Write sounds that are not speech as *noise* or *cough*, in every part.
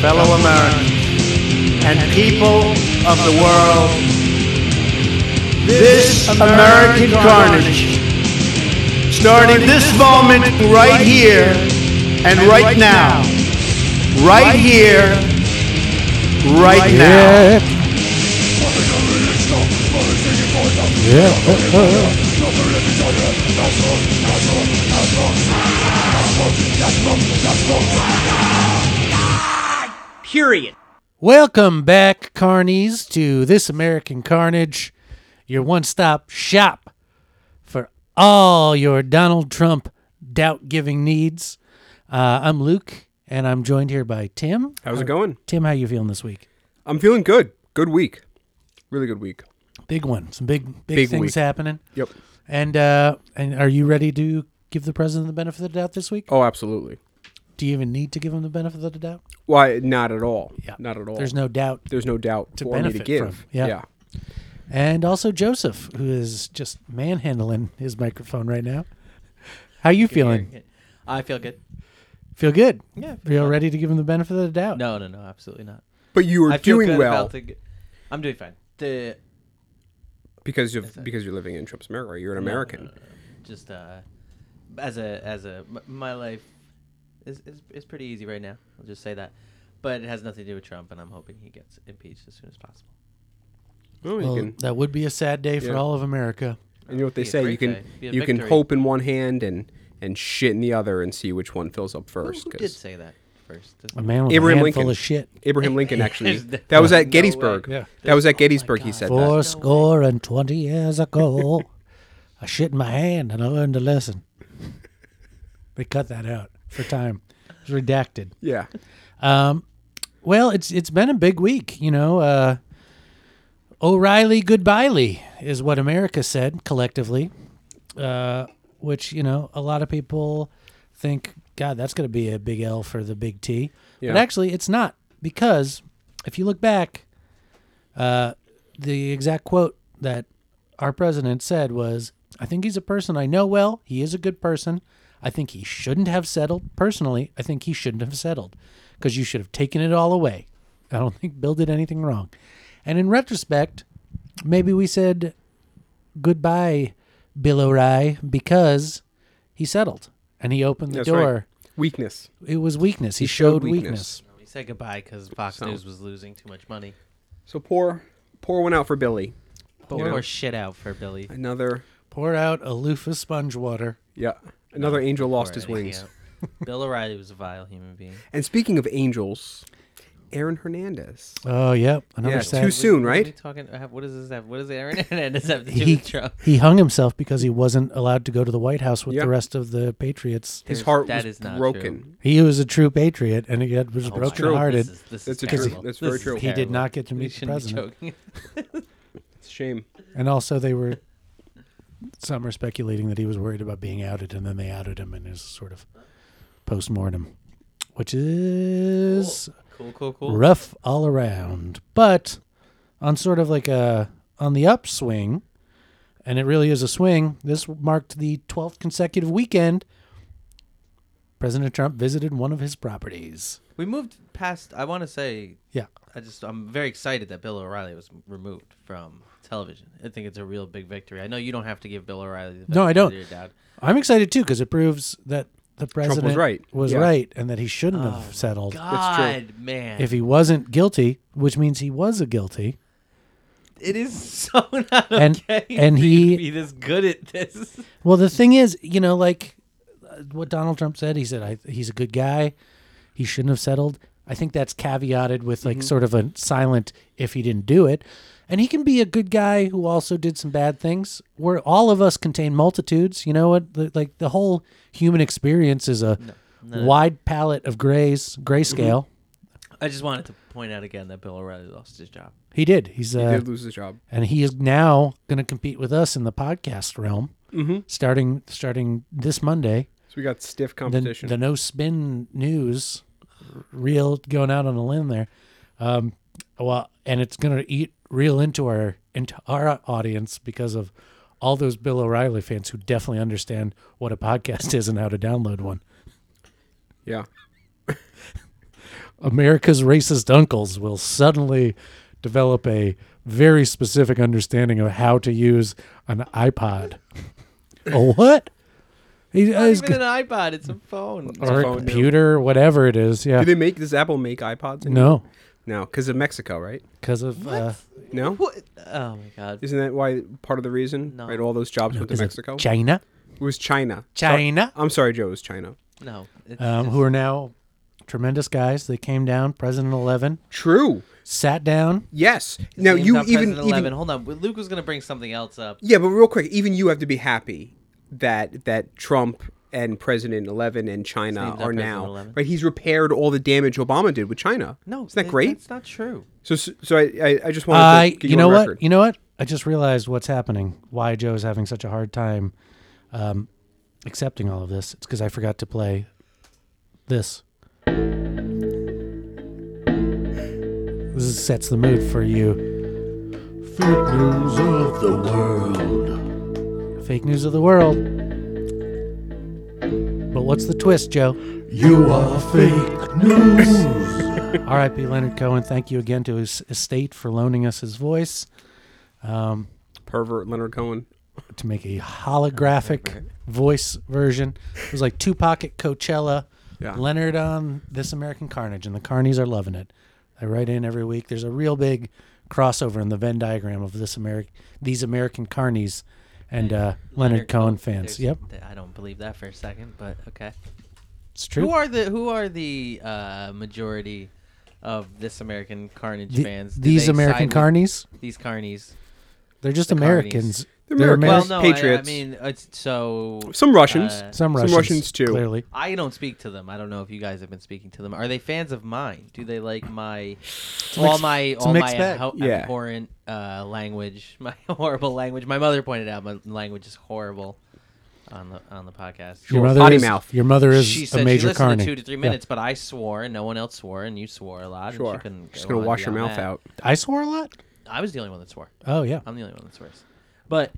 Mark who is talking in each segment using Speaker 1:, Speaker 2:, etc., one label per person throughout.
Speaker 1: fellow Americans, and people of the world, this American carnage, starting this moment right here and right now, right here, right now.
Speaker 2: Yeah. Yeah. uh, uh.
Speaker 3: Period.
Speaker 2: Welcome back, carnies, to This American Carnage, your one stop shop for all your Donald Trump doubt giving needs. Uh, I'm Luke, and I'm joined here by Tim.
Speaker 4: How's it going?
Speaker 2: Tim, how you feeling this week?
Speaker 4: I'm feeling good. Good week. Really good week.
Speaker 2: Big one. Some big big,
Speaker 4: Big
Speaker 2: things
Speaker 4: week.
Speaker 2: happening.
Speaker 4: Yep.
Speaker 2: And uh, and are you ready to give the president the benefit of the doubt this week?
Speaker 4: Oh, absolutely.
Speaker 2: Do you even need to give him the benefit of the doubt?
Speaker 4: Why? Not at all.
Speaker 2: Yeah.
Speaker 4: Not at all.
Speaker 2: There's no doubt.
Speaker 4: There's no doubt
Speaker 2: to
Speaker 4: for me to
Speaker 2: benefit
Speaker 4: give.
Speaker 2: from. Yeah. And also Joseph, who is just manhandling his microphone right now. How you feeling?
Speaker 3: I feel good.
Speaker 2: Feel good?
Speaker 3: Yeah,
Speaker 2: Are you all ready to give him the benefit of the doubt?
Speaker 3: No, no, no, absolutely not.
Speaker 4: But you are
Speaker 3: I feel
Speaker 4: doing
Speaker 3: good
Speaker 4: well
Speaker 3: About the, g- I'm doing fine. The
Speaker 4: because you have because you're living in Trump's America. You're an American.
Speaker 3: just uh, as a as a m- my life is, is is pretty easy right now. I'll just say that. But it has nothing to do with Trump, and I'm hoping he gets impeached as soon as possible.
Speaker 4: Well,
Speaker 2: Well,
Speaker 4: you can,
Speaker 2: that would be a sad day for
Speaker 4: Yeah.
Speaker 2: all of America.
Speaker 4: and you know what they
Speaker 3: be a
Speaker 4: say. You
Speaker 3: great
Speaker 4: can
Speaker 3: day. Be a
Speaker 4: you can
Speaker 3: victory.
Speaker 4: hope in one hand and and shit in the other and see which one fills up
Speaker 3: Who
Speaker 4: first.
Speaker 3: who did say that first?
Speaker 2: A man with a
Speaker 4: Abraham
Speaker 2: handful
Speaker 4: Lincoln.
Speaker 2: of shit.
Speaker 4: Abraham
Speaker 3: *laughs*
Speaker 4: Lincoln actually.
Speaker 3: There's
Speaker 4: that was
Speaker 3: no
Speaker 4: at Gettysburg.
Speaker 3: way. Oh
Speaker 2: Yeah.
Speaker 4: That was at Gettysburg. He said
Speaker 2: Four
Speaker 4: that.
Speaker 2: score and twenty years
Speaker 4: *laughs*
Speaker 2: ago, I shit in my hand and I learned a lesson. They cut that out for time. It's redacted.
Speaker 4: Yeah.
Speaker 2: Um, well, it's it's been a big week, you know. Uh, O'Reilly goodbye Lee is what America said collectively, uh, which you know a lot of people think, God, that's going to be a big L for the big T,
Speaker 4: Yeah.
Speaker 2: but actually it's not because if you look back, uh, the exact quote that our president said was, "I think he's a person I know well. He is a good person. I think he shouldn't have settled. Personally, I think he shouldn't have settled because you should have taken it all away. I don't think Bill did anything wrong." And in retrospect, maybe we said goodbye, Bill O'Reilly, because he settled and he opened the
Speaker 4: That's
Speaker 2: door.
Speaker 4: Weakness.
Speaker 2: It was weakness. He,
Speaker 4: showed
Speaker 2: showed,
Speaker 4: weakness.
Speaker 2: weakness.
Speaker 3: He said goodbye because Fox
Speaker 4: So-
Speaker 3: News was losing too much money.
Speaker 4: So pour pour one out for Billy.
Speaker 3: But
Speaker 4: You
Speaker 3: we're
Speaker 4: know?
Speaker 3: shit out for Billy.
Speaker 4: Another
Speaker 2: Pour out a loofah sponge water.
Speaker 4: yeah. Another angel lost
Speaker 3: Or
Speaker 4: his
Speaker 3: anything
Speaker 4: wings.
Speaker 3: out. Bill O'Reilly was a vile human being.
Speaker 4: And speaking of angels, Aaron Hernandez.
Speaker 2: Oh, yep. Another
Speaker 4: Yeah,
Speaker 2: sad-
Speaker 4: too soon,
Speaker 3: What are we
Speaker 4: right?
Speaker 3: talking? Have, what does this have? What does Aaron *laughs* Hernandez have to do
Speaker 2: he,
Speaker 3: with Trump?
Speaker 2: *laughs* he hung himself because he wasn't allowed to go to the White House with
Speaker 4: Yeah.
Speaker 2: the rest of the Patriots.
Speaker 4: His
Speaker 3: There's-
Speaker 4: heart
Speaker 3: that
Speaker 4: was
Speaker 3: is not
Speaker 4: broken.
Speaker 2: He was a true patriot and he had, was
Speaker 3: Oh my God,
Speaker 2: broken hearted.
Speaker 3: This is, this
Speaker 4: That's a
Speaker 3: is
Speaker 4: true-
Speaker 3: terrible.
Speaker 4: that's
Speaker 3: This
Speaker 4: very
Speaker 3: is
Speaker 4: true. He
Speaker 2: He did
Speaker 3: terrible.
Speaker 2: not get to
Speaker 3: We
Speaker 2: meet the
Speaker 3: shouldn't be
Speaker 2: president.
Speaker 3: joking. *laughs*
Speaker 4: It's a shame.
Speaker 2: And also, they were some are speculating that he was worried about being outed, and then they outed him in his sort of post mortem, which is
Speaker 3: Cool, cool, cool.
Speaker 2: rough all around. But on sort of like a on the upswing, and it really is a swing. This marked the 12th consecutive weekend President Trump visited one of his properties.
Speaker 3: We moved past. I want to say.
Speaker 2: Yeah.
Speaker 3: I just. I'm very excited that Bill O'Reilly was removed from television. I think it's a real big victory. I know you don't have to give Bill O'Reilly. The
Speaker 2: No, I
Speaker 3: benefit
Speaker 2: don't.
Speaker 3: of the doubt.
Speaker 2: I'm excited too because it proves that the president
Speaker 4: right.
Speaker 2: was
Speaker 4: Yeah.
Speaker 2: right and that he shouldn't have settled.
Speaker 3: God, man,
Speaker 2: If he wasn't guilty, which means he was a guilty,
Speaker 3: it is so *laughs* not
Speaker 2: And-
Speaker 3: okay.
Speaker 2: and
Speaker 3: for you
Speaker 2: he-
Speaker 3: to be this good at this. *laughs*
Speaker 2: Well, the thing is, you know, like uh, what Donald Trump said, he said I, he's a good guy. He shouldn't have settled. I think that's caveated with
Speaker 4: Mm-hmm.
Speaker 2: like sort of a silent if he didn't do it. And he can be a good guy who also did some bad things. Where all of us contain multitudes, you know what? The, like the whole human experience is a wide palette of grays, grayscale.
Speaker 4: Mm-hmm.
Speaker 3: I just wanted to point out again that Bill O'Reilly lost his job.
Speaker 2: He did. He's uh,
Speaker 4: He did lose his job.
Speaker 2: and he is now going to compete with us in the podcast realm,
Speaker 4: Mm-hmm.
Speaker 2: starting starting this Monday.
Speaker 4: So we got stiff
Speaker 2: the,
Speaker 4: competition.
Speaker 2: the no spin news r- real going out on a limb there um well and it's gonna eat real into our into our audience because of all those bill o'reilly fans who definitely understand *laughs* what a podcast is and how to download one
Speaker 4: yeah.
Speaker 2: America's racist uncles will suddenly develop a very specific understanding of how to use an
Speaker 3: *laughs*
Speaker 2: iPod. a what? He-
Speaker 3: Not
Speaker 2: he's
Speaker 3: even
Speaker 2: g-
Speaker 3: an iPod. It's a phone. It's
Speaker 2: or
Speaker 3: a
Speaker 2: a
Speaker 3: phone.
Speaker 2: computer, whatever it is. Yeah.
Speaker 4: Do they make does Apple make iPods? anymore?
Speaker 2: no,
Speaker 4: no, because of Mexico, right?
Speaker 2: because of uh,
Speaker 4: No,
Speaker 3: What? Oh my god.
Speaker 4: isn't that why part of the reason?
Speaker 3: No.
Speaker 4: Right, all those jobs went to
Speaker 2: is it
Speaker 4: Mexico.
Speaker 2: China,
Speaker 4: it was China.
Speaker 2: China,
Speaker 4: I'm sorry, Joe. It was China.
Speaker 3: No. It's
Speaker 2: um,
Speaker 3: just-
Speaker 2: who are now tremendous guys. They came down, President Eleven
Speaker 4: True.
Speaker 2: sat down.
Speaker 4: Yes. Now
Speaker 3: Name's
Speaker 4: you
Speaker 3: not
Speaker 4: even
Speaker 3: President
Speaker 4: even
Speaker 3: 11. Hold on. Luke was gonna bring something else up.
Speaker 4: Yeah, but real quick, even you have to be happy that that Trump and President Eleven and China
Speaker 3: named not
Speaker 4: are
Speaker 3: President
Speaker 4: now
Speaker 3: 11.
Speaker 4: right. He's repaired all the damage Obama did with China.
Speaker 3: No.
Speaker 4: isn't that
Speaker 3: it-
Speaker 4: great?
Speaker 3: That's not true.
Speaker 4: So, so so I, I I just wanted
Speaker 2: I,
Speaker 4: to get
Speaker 2: you know
Speaker 4: on
Speaker 2: what?
Speaker 4: record.
Speaker 2: You know what? I just realized what's happening. Why Joe is having such a hard time um, accepting all of this? It's because I forgot to play this. This is- sets the mood for you. Fake news of the world. Fake news of the world. But what's the twist, Joe? You are fake news. R.I.P. Leonard Cohen. Thank you again to his estate for loaning us his voice um,
Speaker 4: Pervert Leonard Cohen.
Speaker 2: to make a holographic voice version. It was like Tupac at Coachella,
Speaker 4: Yeah.
Speaker 2: Leonard on This American Carnage, and the Carnies are loving it. I write in every week. There's a real big crossover in the Venn diagram of this American, these American Carnies, and uh, Leonard, Cohen fans.
Speaker 3: Mm-hmm. There's-
Speaker 2: Yep,
Speaker 3: th- I don't believe that for a second, but okay.
Speaker 2: it's true.
Speaker 3: Who are the Who are the uh, majority of this American Carnage
Speaker 2: The-
Speaker 3: fans? Do
Speaker 2: these
Speaker 3: they
Speaker 2: American
Speaker 3: side
Speaker 2: Carnies?
Speaker 3: with These Carnies.
Speaker 2: They're just
Speaker 3: the Carnies.
Speaker 2: Americans.
Speaker 4: They're Americans.
Speaker 2: Ameri-
Speaker 3: Well,
Speaker 4: Yes,
Speaker 3: no,
Speaker 4: patriots.
Speaker 3: I, I mean, it's, so
Speaker 4: Some Russians.
Speaker 3: Uh,
Speaker 2: some
Speaker 4: Some
Speaker 2: Russians,
Speaker 4: Russians, too.
Speaker 2: Clearly,
Speaker 3: I don't speak to them. I don't know if you guys have been speaking to them. Are they fans of mine? Do they like my all
Speaker 2: mixed-
Speaker 3: my
Speaker 2: it's a
Speaker 3: all my
Speaker 2: mixed bag.
Speaker 3: abhor-
Speaker 4: Yeah.
Speaker 3: abhorrent uh, language, *laughs* my horrible language? My mother pointed out my language is horrible on the on the podcast.
Speaker 2: your mother
Speaker 4: potty
Speaker 2: is,
Speaker 4: mouth.
Speaker 2: Your mother is
Speaker 3: she
Speaker 2: a
Speaker 3: said she
Speaker 2: major
Speaker 3: listened
Speaker 2: Carney.
Speaker 3: to two to three
Speaker 2: Yeah.
Speaker 3: minutes, but I swore and no one else swore, and you swore a lot. And
Speaker 4: sure.
Speaker 3: she couldn't
Speaker 4: Just
Speaker 3: go
Speaker 4: gonna
Speaker 3: on
Speaker 4: wash your
Speaker 3: beyond
Speaker 4: mouth
Speaker 3: that.
Speaker 4: out.
Speaker 2: I swore a lot.
Speaker 3: I was the only one that swore.
Speaker 2: Oh yeah. I'm
Speaker 3: I'm the only one that swears. But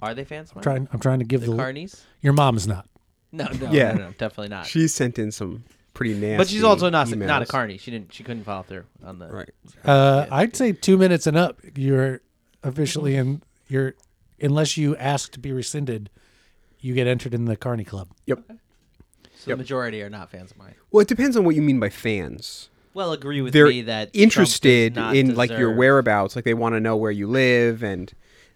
Speaker 3: are they fans? Of mine?
Speaker 2: trying. I'm trying to give
Speaker 3: the
Speaker 2: the.
Speaker 3: Carnies?
Speaker 2: your mom's not.
Speaker 3: No, no,
Speaker 4: Yeah.
Speaker 3: no, no, definitely not.
Speaker 4: She sent in some pretty nasty.
Speaker 3: but she's also not
Speaker 4: emails.
Speaker 3: not a carney. She didn't. She couldn't follow through on the.
Speaker 4: Right.
Speaker 2: Uh, I'd say two minutes and up. You're officially in. You're unless you ask to be rescinded, you get entered in the Carney Club.
Speaker 4: Yep.
Speaker 3: So the majority are not fans of mine.
Speaker 4: Well, it depends on what you mean by fans.
Speaker 3: Well, agree with
Speaker 4: They're
Speaker 3: me that Trump
Speaker 4: interested
Speaker 3: does not
Speaker 4: in like your
Speaker 3: deserve-
Speaker 4: whereabouts. Like they want to know where you live and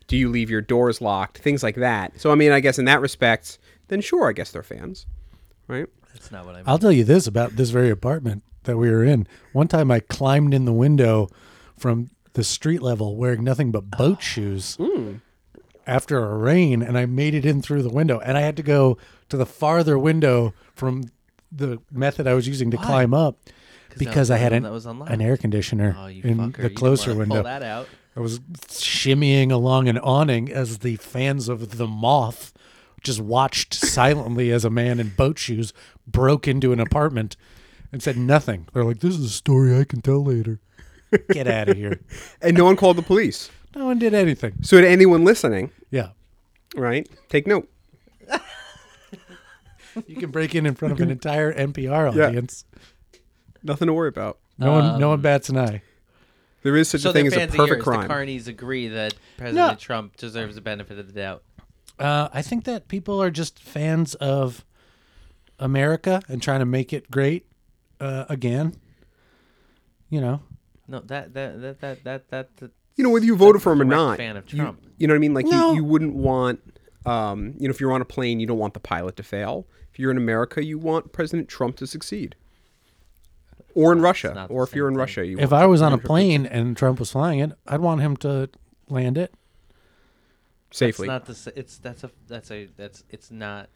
Speaker 4: do you leave your doors locked, things like that. So I mean, I guess in that respect, then sure, I guess they're fans, right?
Speaker 3: That's not what I meant.
Speaker 2: I'll tell you this about this very apartment that we were in. One time, I climbed in the window from the street level wearing nothing but
Speaker 3: Ah.
Speaker 2: boat shoes.
Speaker 3: Hmm.
Speaker 2: After a rain, and I made it in through the window, and I had to go to the farther window from the method I was using to climb up
Speaker 3: that was
Speaker 2: because
Speaker 3: the
Speaker 2: I had
Speaker 3: one
Speaker 2: an,
Speaker 3: that was unlocked.
Speaker 2: an air conditioner
Speaker 3: Oh, you
Speaker 2: in
Speaker 3: fucker! You
Speaker 2: the
Speaker 3: didn't
Speaker 2: closer
Speaker 3: wanna
Speaker 2: window.
Speaker 3: Pull that out.
Speaker 2: I was shimmying along an awning as the fans of the moth just watched silently as a man in boat shoes broke into an apartment and said nothing. They're like, "This is a story I can tell later." *laughs* Get out of here.
Speaker 4: And no one called the police.
Speaker 2: No one did anything.
Speaker 4: So to anyone listening,
Speaker 2: Yeah,
Speaker 4: right, take note.
Speaker 2: you can break in in front of an entire NPR
Speaker 4: Yeah.
Speaker 2: audience.
Speaker 4: Nothing to worry about.
Speaker 2: No one, no one bats an eye.
Speaker 4: There is such
Speaker 3: So
Speaker 4: a thing
Speaker 3: they're
Speaker 4: as a
Speaker 3: fans of
Speaker 4: perfect
Speaker 3: yours.
Speaker 4: crime.
Speaker 3: The carnies agree that President Trump deserves the benefit of the doubt.
Speaker 2: Uh, I think that people are just fans of America and trying to make it great uh, again. You know,
Speaker 3: No, that that that that that that. that
Speaker 4: you know, whether you voted for him or
Speaker 3: correct
Speaker 4: not,
Speaker 3: fan of
Speaker 4: you-
Speaker 3: Trump.
Speaker 4: You, know what I mean? Like
Speaker 2: No.
Speaker 4: you, you wouldn't want, um, you know, if you're on a plane, you don't want the pilot to fail. If you're in America, you want President Trump to succeed. Or in Russia,
Speaker 3: not the
Speaker 4: or if
Speaker 3: same
Speaker 4: you're in
Speaker 3: thing.
Speaker 4: Russia, you
Speaker 2: if
Speaker 4: want
Speaker 2: I was on a
Speaker 4: President Trump
Speaker 2: plane and Trump was flying it, I'd want him to land it.
Speaker 4: to safely.
Speaker 3: It's not the. sa- It's that's a that's a that's it's not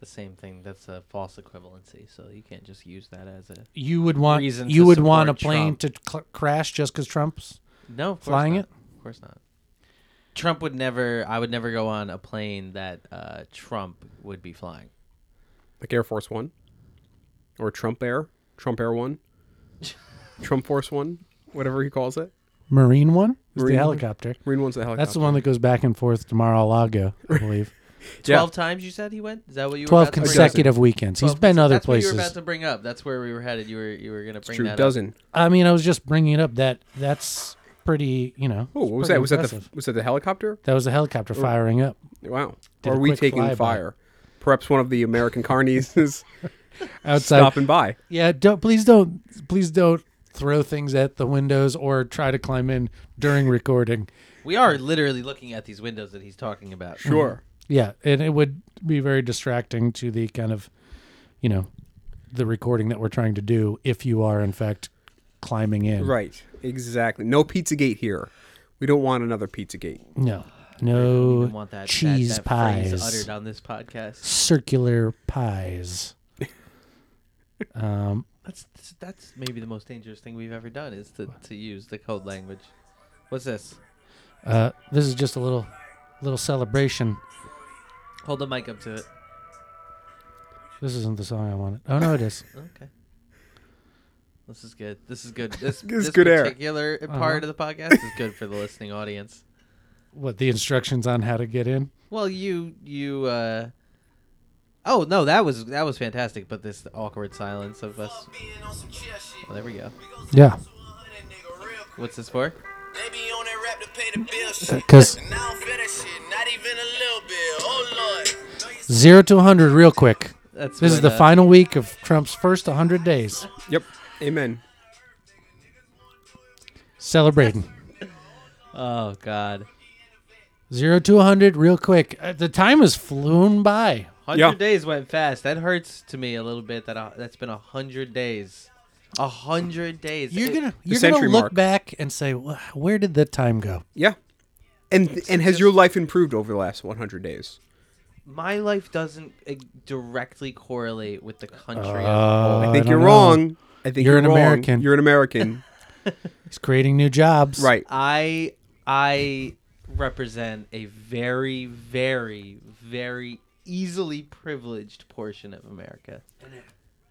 Speaker 3: the same thing. That's a false equivalency. So you can't just use that as a
Speaker 2: You would want
Speaker 3: Reason
Speaker 2: you
Speaker 3: to
Speaker 2: would want a
Speaker 3: support
Speaker 2: plane
Speaker 3: Trump.
Speaker 2: to cl- crash just because Trump's.
Speaker 3: no of course
Speaker 2: Flying
Speaker 3: not.
Speaker 2: it?
Speaker 3: Of course not. Trump would never. I would never go on a plane that uh, Trump would be flying.
Speaker 4: like Air Force One, or Trump Air, Trump Air
Speaker 3: *laughs*
Speaker 4: One, Trump Force One, whatever he calls it.
Speaker 2: Marine one is
Speaker 4: Marine
Speaker 2: the
Speaker 4: one?
Speaker 2: helicopter.
Speaker 4: Marine One's the helicopter.
Speaker 3: *laughs*
Speaker 2: That's the one that goes back and forth to Mar-a-Lago, I believe.
Speaker 3: Twelve times you said he went. Is that what you? were
Speaker 2: Twelve
Speaker 3: about to bring up?
Speaker 2: consecutive weekends. He's
Speaker 3: Well,
Speaker 2: been other
Speaker 3: that's What you were
Speaker 2: places.
Speaker 3: about to bring up. That's where we were headed. You were you were gonna
Speaker 4: It's
Speaker 3: bring
Speaker 4: true.
Speaker 3: that up.
Speaker 4: Dozen.
Speaker 2: I mean, I was just bringing it up. That that's pretty. You know.
Speaker 4: Oh, what was
Speaker 2: pretty
Speaker 4: that? Was that the
Speaker 2: impressive.
Speaker 4: was that the helicopter?
Speaker 2: That was a
Speaker 3: Oh.
Speaker 2: helicopter firing up.
Speaker 4: Wow.
Speaker 2: Did
Speaker 4: Are
Speaker 2: a
Speaker 4: we
Speaker 2: quick
Speaker 4: taking
Speaker 2: flyby.
Speaker 4: fire? Perhaps one of the American carnies *laughs* is
Speaker 2: outside.
Speaker 4: stopping by.
Speaker 2: Yeah, don't please don't please don't throw things at the windows or try to climb in during recording.
Speaker 3: We are literally looking at these windows that he's talking about.
Speaker 4: Sure.
Speaker 2: Yeah, and it would be very distracting to the kind of, you know, the recording that we're trying to do if you are in fact climbing in.
Speaker 4: Mm-hmm. Right. Exactly. No Pizzagate here. We don't want another Pizzagate.
Speaker 2: No.
Speaker 3: I don't
Speaker 2: No
Speaker 3: even want that
Speaker 2: cheese
Speaker 3: that, that phrase
Speaker 2: pies.
Speaker 3: uttered on this podcast.
Speaker 2: Circular pies. um
Speaker 3: That's that's maybe the most dangerous thing we've ever done is to, to use the code language. What's this?
Speaker 2: uh this is just a little little celebration.
Speaker 3: Hold the mic up to it.
Speaker 2: This isn't the song I wanted. Oh no it is.
Speaker 3: Okay. This is good. This is good.
Speaker 4: *laughs*
Speaker 3: This,
Speaker 4: This
Speaker 3: this,
Speaker 4: is good air.
Speaker 3: particular
Speaker 2: Uh-huh.
Speaker 3: part of the podcast is good for the listening audience.
Speaker 2: What the instructions on how to get in?
Speaker 3: Well, you you uh Oh, no, that was that was fantastic, but this awkward silence of us. Well, there we go.
Speaker 2: Yeah.
Speaker 3: What's this for?
Speaker 2: Cuz
Speaker 5: Because
Speaker 2: Zero to 100 real quick.
Speaker 3: That's
Speaker 2: This is
Speaker 3: when,
Speaker 2: the
Speaker 3: uh,
Speaker 2: final week of Trump's first 100 days
Speaker 4: Yep. Amen.
Speaker 2: celebrating.
Speaker 3: Oh god.
Speaker 2: Zero to 100 real quick. Uh, the time has flown by.
Speaker 3: 100
Speaker 4: Yeah.
Speaker 3: days went fast. That hurts to me a little bit that uh, that's been 100 days. 100 days.
Speaker 2: You're
Speaker 3: It-
Speaker 2: going to you're going to
Speaker 4: century
Speaker 2: look
Speaker 4: mark.
Speaker 2: back and say, "Wha- "Where did the time go?"
Speaker 4: Yeah. And and has your life improved over the last 100 days?
Speaker 3: my life doesn't uh, directly correlate with the country.
Speaker 4: I
Speaker 2: I
Speaker 4: think
Speaker 2: don't
Speaker 4: you're
Speaker 2: know.
Speaker 4: wrong. I think
Speaker 2: You're an
Speaker 4: wrong.
Speaker 2: American.
Speaker 4: You're an American.
Speaker 2: *laughs* He's creating new jobs.
Speaker 4: right.
Speaker 3: I I represent a very very very easily privileged portion of America.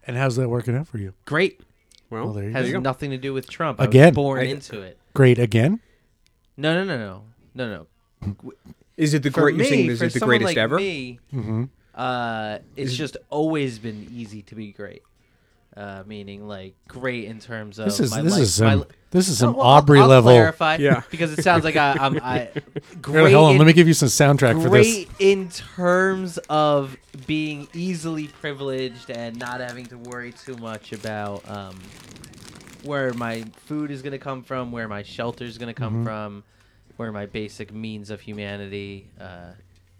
Speaker 2: And how's that working out for you?
Speaker 3: Great.
Speaker 4: Well,
Speaker 2: there you
Speaker 3: Has
Speaker 4: go.
Speaker 3: nothing to do with Trump. I
Speaker 2: Again.
Speaker 3: was born
Speaker 4: I-
Speaker 3: into it.
Speaker 2: Great again?
Speaker 3: No, no, no, no. No, no.
Speaker 4: Is it the
Speaker 3: For
Speaker 4: great? You're saying
Speaker 3: me,
Speaker 4: this
Speaker 3: for
Speaker 4: is the
Speaker 3: someone
Speaker 4: greatest
Speaker 3: like
Speaker 4: ever?
Speaker 3: me,
Speaker 2: Mm-hmm.
Speaker 3: uh, it's just always been easy to be great. Uh, meaning like great in terms of
Speaker 2: This is
Speaker 3: Oh, my
Speaker 2: this
Speaker 3: life.
Speaker 2: is
Speaker 3: my
Speaker 2: some
Speaker 3: li-
Speaker 2: this is some
Speaker 3: No, well, I'll-
Speaker 2: Aubrey
Speaker 3: I'll
Speaker 2: level.
Speaker 3: clarify,
Speaker 4: Yeah.
Speaker 3: because it sounds like I,
Speaker 2: *laughs*
Speaker 3: I'm I, great.
Speaker 2: Wait, hold on,
Speaker 3: in-
Speaker 2: let me give you some soundtrack for this.
Speaker 3: great in terms of being easily privileged and not having to worry too much about um, where my food is going to come from, where my shelter is going to come
Speaker 2: Mm-hmm.
Speaker 3: from, where my basic means of humanity uh,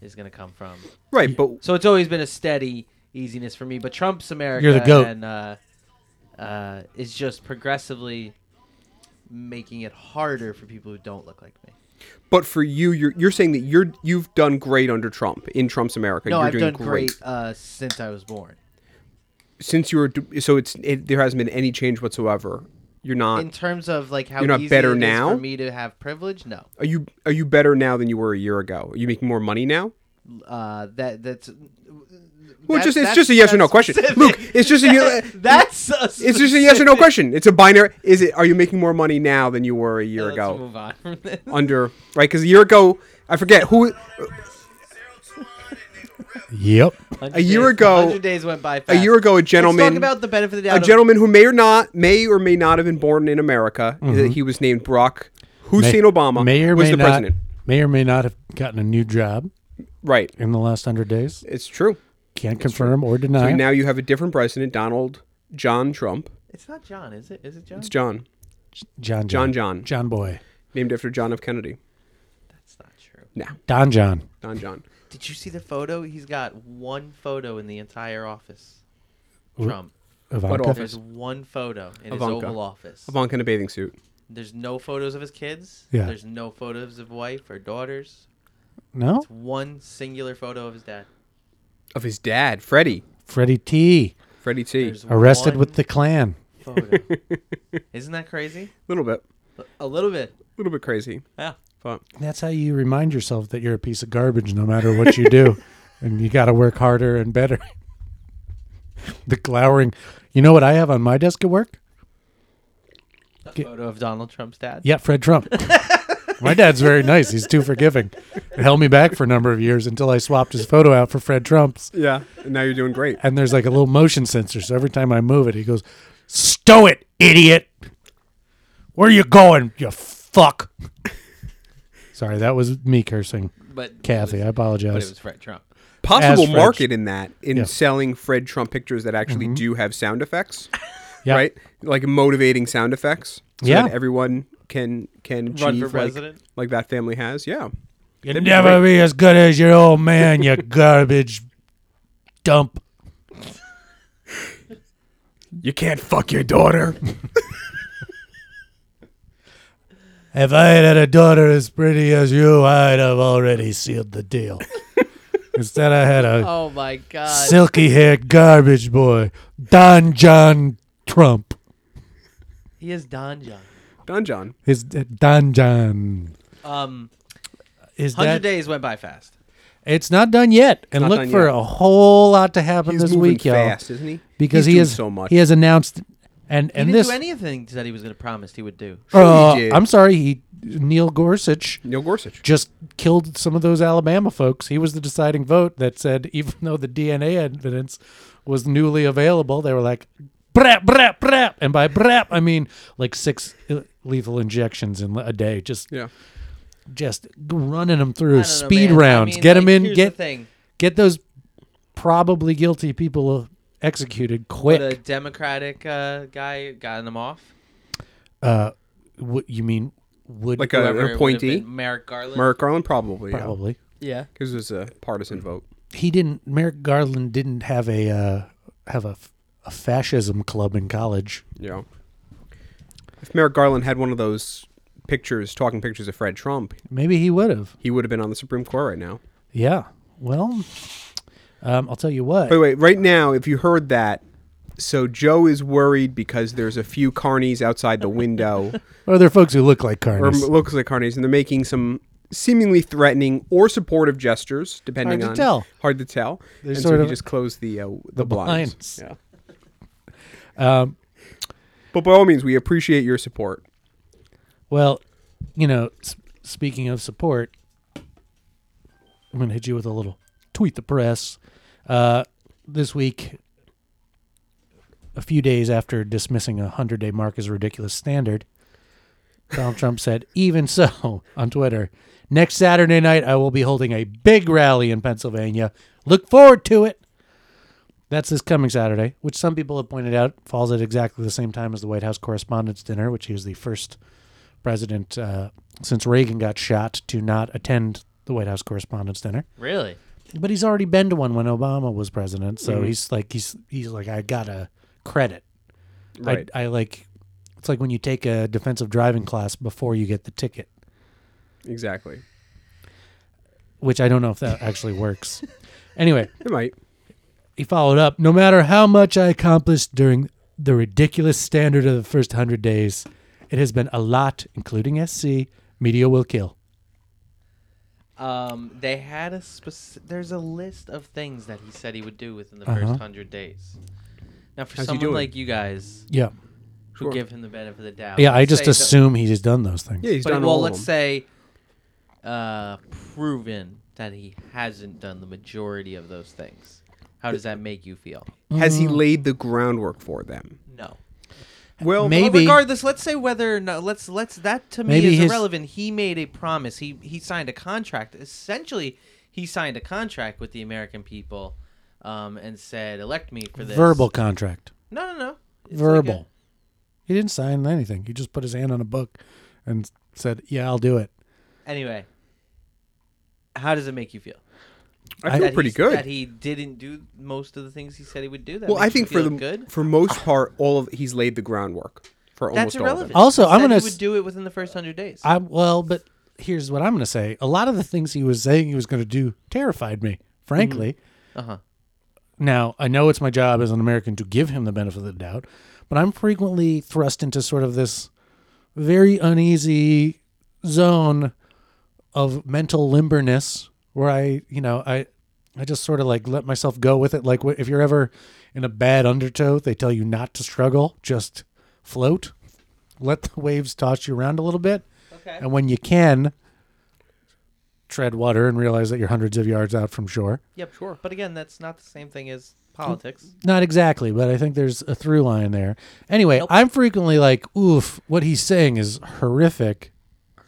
Speaker 3: is going to come from.
Speaker 4: Right, but
Speaker 3: So it's always been a steady easiness for me. But Trump's America
Speaker 2: You're the goat.
Speaker 3: and uh, uh, is just progressively making it harder for people who don't look like me.
Speaker 4: but for you, you're you're saying that you're you've done great under Trump in Trump's America.
Speaker 3: No,
Speaker 4: you're
Speaker 3: I've
Speaker 4: doing
Speaker 3: done great uh, since I was born.
Speaker 4: since you were. d- So it's it, there hasn't been any change whatsoever. You're not.
Speaker 3: in terms of like how
Speaker 4: Uh, You're not
Speaker 3: easy
Speaker 4: better
Speaker 3: it is
Speaker 4: now?
Speaker 3: for me to have privilege no
Speaker 4: are you are you better now than you were a year ago? Are you making more money now?
Speaker 3: uh that that's
Speaker 4: Well, it's
Speaker 3: that's-
Speaker 4: just it's
Speaker 3: that's-
Speaker 4: just a yes or no
Speaker 3: that's
Speaker 4: question.
Speaker 3: specific.
Speaker 4: Luke, it's just a
Speaker 3: *laughs* that's a
Speaker 4: it's just a yes or no
Speaker 3: specific-
Speaker 4: question. It's a binary. Is it? Are you making more money now than you were a year
Speaker 3: *laughs* Let's
Speaker 4: ago?
Speaker 3: move on *laughs* from this.
Speaker 4: Under right because a year ago, I forget who.
Speaker 2: Yep.
Speaker 3: 100
Speaker 4: a year
Speaker 3: days-
Speaker 4: ago-
Speaker 3: 100 days went by
Speaker 4: A
Speaker 3: fast.
Speaker 4: year ago, a
Speaker 3: Let's
Speaker 4: gentleman.
Speaker 3: talk about the benefit of the doubt
Speaker 4: a
Speaker 3: of-
Speaker 4: gentleman who may or not may or may not have been born in America. uh, He was named Barack Hussein
Speaker 2: Mm-hmm. May-
Speaker 4: Obama.
Speaker 2: may or
Speaker 4: was
Speaker 2: may
Speaker 4: the
Speaker 2: not
Speaker 4: president.
Speaker 2: may or may not have gotten a new job
Speaker 4: Right.
Speaker 2: in the last 100 days.
Speaker 4: It's true.
Speaker 2: Can't confirm or
Speaker 4: So
Speaker 2: deny.
Speaker 4: now you have a different president, Donald John Trump.
Speaker 3: it's not john is it is it john
Speaker 4: It's John, John
Speaker 2: John John
Speaker 4: John.
Speaker 2: John Boy.
Speaker 4: named after John F. Kennedy.
Speaker 3: that's not true
Speaker 4: Nah,
Speaker 2: Don John.
Speaker 4: Don John.
Speaker 3: did you see the photo he's got one photo in the entire office trump
Speaker 2: Ivanka.
Speaker 4: What
Speaker 3: there's one photo in his
Speaker 4: Ivanka.
Speaker 3: oval office
Speaker 4: Ivanka in a bathing suit.
Speaker 3: there's no photos of his kids
Speaker 2: Yeah.
Speaker 3: there's no photos of wife or daughters
Speaker 2: No?
Speaker 3: It's one singular photo of his dad.
Speaker 4: Of his dad, Freddie.
Speaker 2: Freddie T.
Speaker 4: Freddie T. A
Speaker 3: There's
Speaker 2: Arrested
Speaker 3: one
Speaker 2: with the Klan. *laughs*
Speaker 3: photo. Isn't that crazy?
Speaker 4: little bit. A
Speaker 3: A little bit.
Speaker 4: little bit crazy.
Speaker 3: Yeah.
Speaker 4: But
Speaker 2: That's how you remind yourself that you're a piece of garbage no matter what
Speaker 3: *laughs*
Speaker 2: you do. and you got to work harder and better. *laughs* the glowering. You know what I have on my desk at work?
Speaker 3: A photo of Donald Trump's dad. *laughs*
Speaker 2: Yeah, Fred Trump. My dad's very nice. He's too forgiving. It held me back for a number of years until I swapped his photo out for Fred Trump's.
Speaker 4: Yeah. And now you're doing great.
Speaker 2: And there's like a little motion sensor. So every time I move it, he goes, Stow it, idiot. Where you going, you fuck? *laughs* Sorry, that was me cursing.
Speaker 3: But
Speaker 2: Kathy,
Speaker 3: it was,
Speaker 2: I
Speaker 3: but it
Speaker 2: apologize.
Speaker 3: was Fred Trump.
Speaker 4: Possible
Speaker 2: Fred.
Speaker 4: market in that in
Speaker 2: Yeah.
Speaker 4: selling Fred Trump pictures that actually do have sound effects.
Speaker 2: Mm-hmm. Yeah.
Speaker 4: Right? Like motivating sound effects. So
Speaker 2: Yeah.
Speaker 4: that everyone can can achieve
Speaker 3: for
Speaker 4: like-
Speaker 3: president?
Speaker 4: Like, that family has. Yeah.
Speaker 2: You'll never be as good as your old man, you *laughs* garbage dump.
Speaker 4: You can't fuck your daughter.
Speaker 2: If I had had a daughter as pretty as you, I'd have already sealed the
Speaker 4: *laughs*
Speaker 2: deal. Instead, I had a
Speaker 3: Oh my God!
Speaker 2: silky haired garbage boy, Don John Trump.
Speaker 3: he is Don John.
Speaker 4: Don John.
Speaker 2: His Don John.
Speaker 3: Um,
Speaker 2: Is
Speaker 3: hundred
Speaker 2: that,
Speaker 3: days went by fast.
Speaker 2: it's not done yet, and
Speaker 4: not
Speaker 2: look
Speaker 4: done
Speaker 2: for
Speaker 4: yet.
Speaker 2: a whole lot to happen
Speaker 4: He's
Speaker 2: this
Speaker 4: moving
Speaker 2: week, y'all.
Speaker 4: fast, isn't he?
Speaker 2: Because
Speaker 4: He's
Speaker 2: he
Speaker 4: doing
Speaker 2: is
Speaker 4: so much.
Speaker 2: he has announced and
Speaker 3: he
Speaker 2: and
Speaker 3: didn't
Speaker 2: this
Speaker 3: do anything that he was going to promise he would do.
Speaker 4: Sure
Speaker 2: uh,
Speaker 4: he did.
Speaker 2: I'm sorry, he Neil Gorsuch
Speaker 4: Neil Gorsuch.
Speaker 2: just killed some of those Alabama folks. He was the deciding vote that said, *laughs* even though the DNA evidence was newly available, they were like, brap, brap, brap. And by brap, I mean like six uh, lethal injections in a day, just
Speaker 4: Yeah.
Speaker 2: just running them
Speaker 3: I
Speaker 2: through
Speaker 3: don't know,
Speaker 2: speed
Speaker 3: man. I
Speaker 2: rounds.
Speaker 3: mean,
Speaker 2: get them
Speaker 3: like,
Speaker 2: in,
Speaker 3: here's the
Speaker 2: get
Speaker 3: thing.
Speaker 2: get those probably guilty people executed quick.
Speaker 3: But a Democratic uh, guy gotten him off.
Speaker 2: uh, what you mean? Would
Speaker 4: Like a- an
Speaker 3: Whoever it would've
Speaker 4: Uh, appointee?
Speaker 3: been, Merrick Garland.
Speaker 4: Merrick Garland probably. Because
Speaker 2: probably
Speaker 3: yeah.
Speaker 4: it was a partisan vote.
Speaker 2: he didn't Merrick Garland didn't have a uh, have a, a fascism club in college.
Speaker 4: Yeah. If Merrick Garland had one of those pictures, talking pictures of Fred Trump,
Speaker 2: Maybe he would have.
Speaker 4: he would have been on the Supreme Court right now.
Speaker 2: Yeah. Well, um, I'll tell you what.
Speaker 4: By the way, right now, if you heard that, so Joe is worried because there's a few carnies outside the window,
Speaker 2: Are there folks who look like
Speaker 4: or
Speaker 2: carnies?
Speaker 4: looks like carnies, and they're making some seemingly threatening or supportive gestures, depending
Speaker 2: Hard to
Speaker 4: on
Speaker 2: tell.
Speaker 4: hard to tell. and
Speaker 2: sort
Speaker 4: so
Speaker 2: of-
Speaker 4: he just closed the uh, the, blinds.
Speaker 2: blinds.
Speaker 4: Yeah.
Speaker 2: *laughs* Um,
Speaker 4: But by all means, we appreciate your support.
Speaker 2: well, you know, s- speaking of support, I'm going to hit you with a little tweet the press. Uh, this week, a few days after dismissing a 100 day mark as a ridiculous standard, Donald Trump said, even so, *laughs* on Twitter, next Saturday night, I will be holding a big rally in Pennsylvania. Look forward to it. That's this coming Saturday, which some people have pointed out falls at exactly the same time as the White House Correspondents' Dinner, which he was the first president uh, since Reagan got shot to not attend the White House Correspondents' Dinner.
Speaker 3: Really?
Speaker 2: But he's already been to one when Obama was president, so he's like he's he's like I got to credit.
Speaker 4: Right.
Speaker 2: I, I like it's like when you take a defensive driving class before you get the ticket,
Speaker 4: Exactly.
Speaker 2: which I don't know if that actually works. Anyway,
Speaker 4: It might.
Speaker 2: he followed up no matter how much i accomplished during the ridiculous standard of the first 100 days it has been a lot including sc media will kill
Speaker 3: Um, they had a speci- There's a list of things that he said he would do within the
Speaker 2: Uh-huh.
Speaker 3: first hundred days. Now, for
Speaker 4: How's he
Speaker 3: someone
Speaker 4: doing?
Speaker 3: like you guys
Speaker 2: yeah
Speaker 3: who
Speaker 4: Sure.
Speaker 3: give him the benefit of the doubt,
Speaker 2: yeah i
Speaker 3: let's
Speaker 2: just
Speaker 3: say the-
Speaker 2: assume he's done those things
Speaker 4: Yeah, he's
Speaker 3: but-
Speaker 4: done
Speaker 3: well,
Speaker 4: all
Speaker 3: let's
Speaker 4: of them.
Speaker 3: say, uh, proven that he hasn't done the majority of those things. How does that make you feel?
Speaker 4: Has
Speaker 2: Mm.
Speaker 4: he laid the groundwork for them?
Speaker 3: No.
Speaker 4: Well,
Speaker 2: Maybe.
Speaker 3: Well, regardless, let's say whether or not let's let's that to me
Speaker 2: Maybe
Speaker 3: is
Speaker 2: his-
Speaker 3: irrelevant. He made a promise. He he signed a contract. Essentially, he signed a contract with the American people, um, and said, "Elect me for this."
Speaker 2: verbal contract
Speaker 3: No, no, no. It's like
Speaker 2: verbal he didn't sign anything he just put his hand on a book and said yeah i'll do it
Speaker 3: a- anyway, how does it make you feel?
Speaker 4: I feel
Speaker 3: That
Speaker 4: pretty
Speaker 3: he's-
Speaker 4: good.
Speaker 3: That he didn't do most of the things he said he would do. That
Speaker 4: Well, I
Speaker 3: makes you
Speaker 4: think for the
Speaker 3: feel good.
Speaker 4: for most part, all of he's laid the groundwork for
Speaker 3: That's
Speaker 4: almost all
Speaker 3: irrelevant.
Speaker 4: of
Speaker 2: Also,
Speaker 3: He
Speaker 2: I'm
Speaker 3: said
Speaker 2: gonna
Speaker 3: he
Speaker 2: s-
Speaker 3: would do it within the first hundred days.
Speaker 2: i well but here's what i'm going to say a lot of the things he was saying he was going to do terrified me frankly
Speaker 3: Uh huh.
Speaker 2: Now, I know it's my job as an American to give him the benefit of the doubt, but I'm frequently thrust into sort of this very uneasy zone of mental limberness where I, you know, I I just sort of like let myself go with it like wh- if you're ever in a bad undertow, they tell you not to struggle, just float. Let the waves toss you around a little bit.
Speaker 3: Okay.
Speaker 2: And when you can, tread water and realize that you're hundreds of yards out from shore.
Speaker 3: Yep. Sure. But again, that's not the same thing as politics.
Speaker 2: Not exactly, but I think there's a through line there. Anyway, I'm frequently like, oof, what he's saying is horrific.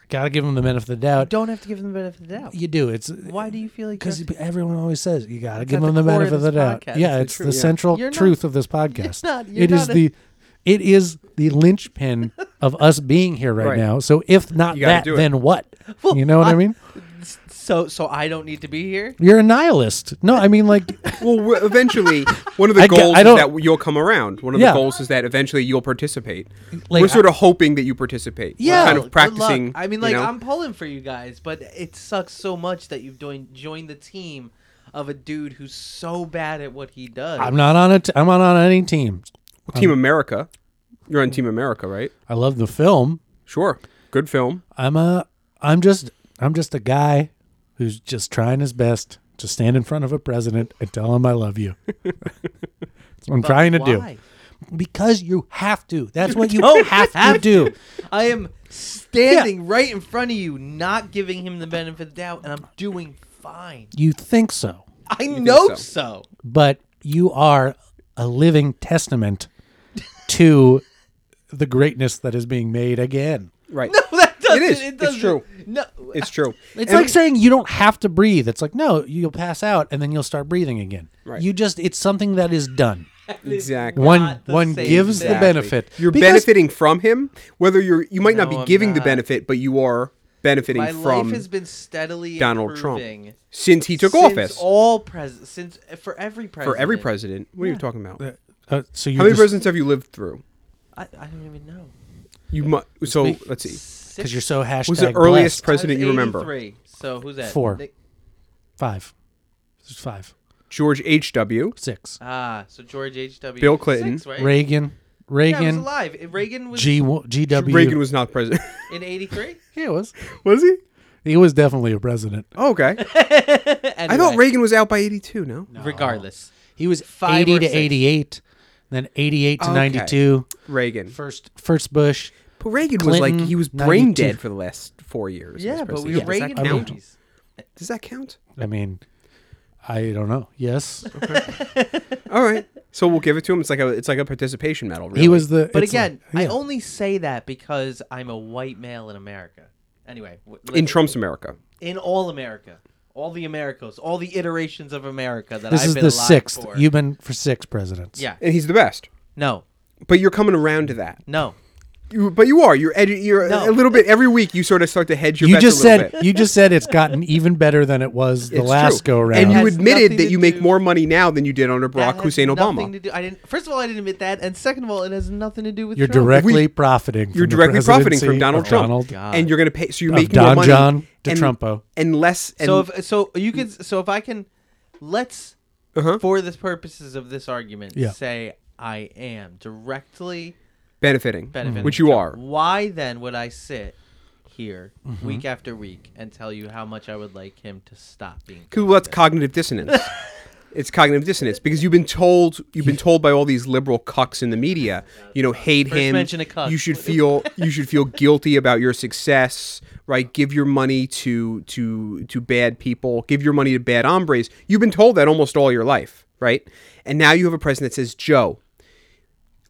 Speaker 2: Gotta give him the benefit of the doubt.
Speaker 3: Don't have to give them the benefit of the doubt.
Speaker 2: You do. It's
Speaker 3: Why do you feel like you
Speaker 2: because
Speaker 3: have to-
Speaker 2: everyone always says you gotta give
Speaker 3: at
Speaker 2: them
Speaker 3: the
Speaker 2: the
Speaker 3: core
Speaker 2: benefit
Speaker 3: of
Speaker 2: of the
Speaker 3: this
Speaker 2: doubt.
Speaker 3: podcast.
Speaker 2: Yeah,
Speaker 4: It's
Speaker 2: it's
Speaker 4: true,
Speaker 2: the
Speaker 4: yeah.
Speaker 2: central
Speaker 3: You're not-
Speaker 2: truth of this podcast.
Speaker 3: not- *laughs* you're
Speaker 2: It is
Speaker 3: not a-
Speaker 2: the it is the
Speaker 3: *laughs*
Speaker 2: linchpin of us being here right,
Speaker 4: Right.
Speaker 2: now. So if not
Speaker 4: You gotta
Speaker 2: that,
Speaker 4: do it.
Speaker 2: then what?
Speaker 3: Well,
Speaker 2: you know what I,
Speaker 3: I-
Speaker 2: mean?
Speaker 3: So so I don't need to be here.
Speaker 2: You're a nihilist. No, I mean like *laughs*
Speaker 4: Well, w-
Speaker 3: *laughs*
Speaker 4: eventually, one of the
Speaker 2: I get-
Speaker 4: goals
Speaker 2: I
Speaker 4: is
Speaker 2: don't-
Speaker 4: that you'll come around. One of
Speaker 2: Yeah.
Speaker 4: the goals is that eventually you'll participate.
Speaker 2: Like,
Speaker 4: We're sort of hoping that you participate. We're
Speaker 2: Yeah.
Speaker 4: kind
Speaker 3: Well,
Speaker 4: of
Speaker 3: good luck.
Speaker 4: practicing.
Speaker 3: I mean,
Speaker 4: you
Speaker 3: like
Speaker 4: know?
Speaker 3: I'm pulling for you guys, but it sucks so much that you've joined joined the team of a dude who's so bad at what he does.
Speaker 2: I'm not on a t- I'm not on any team.
Speaker 4: Team America. You're on Team America, right?
Speaker 2: I love the film.
Speaker 4: Sure. Good film.
Speaker 2: I'm a I'm just I'm just a guy who's just trying his best to stand in front of a president and tell him I love you. *laughs* That's what I'm
Speaker 3: But
Speaker 2: trying to
Speaker 3: why?
Speaker 2: do. Because you have to. That's what you have, to do.
Speaker 3: I am standing right in front of you, not giving him the benefit of the doubt, and I'm doing fine.
Speaker 2: You think so,
Speaker 3: I know
Speaker 4: so?
Speaker 3: so.
Speaker 2: but you are a living testament to the greatness that is being made again.
Speaker 4: Right.
Speaker 3: No, that doesn't.
Speaker 4: is.
Speaker 3: It
Speaker 4: It's
Speaker 3: doesn't.
Speaker 4: true.
Speaker 3: No,
Speaker 4: It's
Speaker 3: *laughs*
Speaker 4: true.
Speaker 2: It's
Speaker 4: And-
Speaker 2: like saying you don't have to breathe. It's like no, you'll pass out and then you'll start breathing again.
Speaker 4: Right.
Speaker 2: You just it's something that is done.
Speaker 4: exactly.
Speaker 2: One
Speaker 3: *laughs* Not the
Speaker 2: one
Speaker 3: same
Speaker 2: gives the
Speaker 3: thing.
Speaker 2: benefit.
Speaker 4: You're
Speaker 2: Because-
Speaker 4: benefiting from him. Whether you're, you might not
Speaker 3: No,
Speaker 4: be
Speaker 3: I'm
Speaker 4: giving the
Speaker 3: not.
Speaker 4: benefit, but you are benefiting
Speaker 3: my
Speaker 4: from
Speaker 3: life has been steadily
Speaker 4: Donald
Speaker 3: improving
Speaker 4: Trump since he took
Speaker 3: since
Speaker 4: office.
Speaker 3: All pres since for every president.
Speaker 4: for every president. What are you talking about?
Speaker 2: Uh, so you
Speaker 4: How many
Speaker 2: just-
Speaker 4: presidents have you lived through?
Speaker 3: I, I don't even know.
Speaker 4: You mu- so let's see.
Speaker 2: because you're so hashtag
Speaker 4: Who's the earliest
Speaker 2: blessed.
Speaker 4: president you remember?
Speaker 3: Three. So who's that?
Speaker 2: Four.
Speaker 3: Nick-
Speaker 2: five There's five
Speaker 4: George H. W.
Speaker 2: six
Speaker 3: ah, so George H. W.
Speaker 4: Bill
Speaker 3: Six,
Speaker 4: Clinton.
Speaker 3: right?
Speaker 2: Reagan
Speaker 3: Yeah, I was
Speaker 2: Reagan
Speaker 3: alive. Reagan was
Speaker 2: G G W
Speaker 4: Reagan was not president.
Speaker 3: in '83.
Speaker 2: he *laughs* was
Speaker 4: was he?
Speaker 2: he was definitely a president
Speaker 4: Oh, okay. I thought Reagan was out by eighty-two. No.
Speaker 3: Regardless,
Speaker 2: he was
Speaker 3: Five
Speaker 2: eighty
Speaker 3: or
Speaker 2: to
Speaker 3: six.
Speaker 2: eighty eight then eighty eight to
Speaker 4: Okay.
Speaker 2: ninety two
Speaker 4: Reagan.
Speaker 2: first first Bush
Speaker 4: But Reagan was
Speaker 2: Clinton,
Speaker 4: like he was brain
Speaker 2: 92.
Speaker 4: dead for the last four years.
Speaker 3: yeah,
Speaker 4: as
Speaker 3: but we
Speaker 4: president. Does that
Speaker 3: were Reagan
Speaker 4: count?
Speaker 3: babies.
Speaker 4: Does that count?
Speaker 2: I mean I don't know yes
Speaker 4: All right. So we'll give it to him. It's like a it's like a participation medal. Really.
Speaker 2: he was the
Speaker 3: But
Speaker 2: it's like-
Speaker 3: again, I
Speaker 2: yeah.
Speaker 3: only say that because I'm a white male in America. Anyway, w-
Speaker 4: in
Speaker 3: let's-
Speaker 4: Trump's America.
Speaker 3: in all America, all the Americas, all the iterations of America that
Speaker 2: this
Speaker 3: I've
Speaker 2: is
Speaker 3: been
Speaker 2: the
Speaker 3: alive
Speaker 2: sixth
Speaker 3: for.
Speaker 2: you've been for six presidents
Speaker 3: yeah,
Speaker 4: And he's the best.
Speaker 3: no,
Speaker 4: But you're coming around to that.
Speaker 3: no,
Speaker 4: You, but you are. You're edu- you're
Speaker 3: No.
Speaker 4: a little bit every week. You sort of start to hedge your
Speaker 2: you
Speaker 4: bets
Speaker 2: just
Speaker 4: a little
Speaker 2: said
Speaker 4: bit.
Speaker 2: you just said it's gotten even better than it was the
Speaker 4: It's
Speaker 2: last
Speaker 4: true.
Speaker 2: go around
Speaker 4: And you
Speaker 3: Has
Speaker 4: admitted
Speaker 3: nothing
Speaker 4: that
Speaker 3: to
Speaker 4: you make
Speaker 3: do-
Speaker 4: more money now than you did under
Speaker 3: That
Speaker 4: Barack
Speaker 3: has
Speaker 4: Hussein
Speaker 3: nothing
Speaker 4: Obama.
Speaker 3: to do- I didn't. First of all, I didn't admit that, and second of all, it has nothing to do with
Speaker 2: You're
Speaker 3: Trump.
Speaker 2: directly
Speaker 4: We-
Speaker 2: profiting.
Speaker 4: You're
Speaker 2: from the
Speaker 4: directly profiting
Speaker 2: presidency
Speaker 4: from Donald
Speaker 2: of
Speaker 4: Trump,
Speaker 2: Donald.
Speaker 3: God.
Speaker 4: and you're going to pay. So you're
Speaker 2: Of
Speaker 4: making
Speaker 2: Don
Speaker 4: more money.
Speaker 2: John
Speaker 4: and,
Speaker 2: DeTrumpo.
Speaker 4: and less. And,
Speaker 3: So if so, you could so if I can, let's
Speaker 4: Uh-huh.
Speaker 3: for the purposes of this argument,
Speaker 2: Yeah.
Speaker 3: say I am directly
Speaker 4: benefiting,
Speaker 3: benefiting,
Speaker 4: which you
Speaker 3: from-
Speaker 4: are.
Speaker 3: Why then would I sit here week after week and tell you how much I would like him to stop being?
Speaker 4: Cause, well, that's cognitive
Speaker 2: *laughs*
Speaker 4: dissonance. it's cognitive dissonance because you've been told you've been told by all these liberal cucks in the media, you know, hate
Speaker 3: First
Speaker 4: him.
Speaker 3: mention of cuck.
Speaker 4: You should feel you should feel guilty about your success, right? Give your money to to to bad people. Give your money to bad hombres. You've been told that almost all your life, right? And now you have a president that says, "Joe,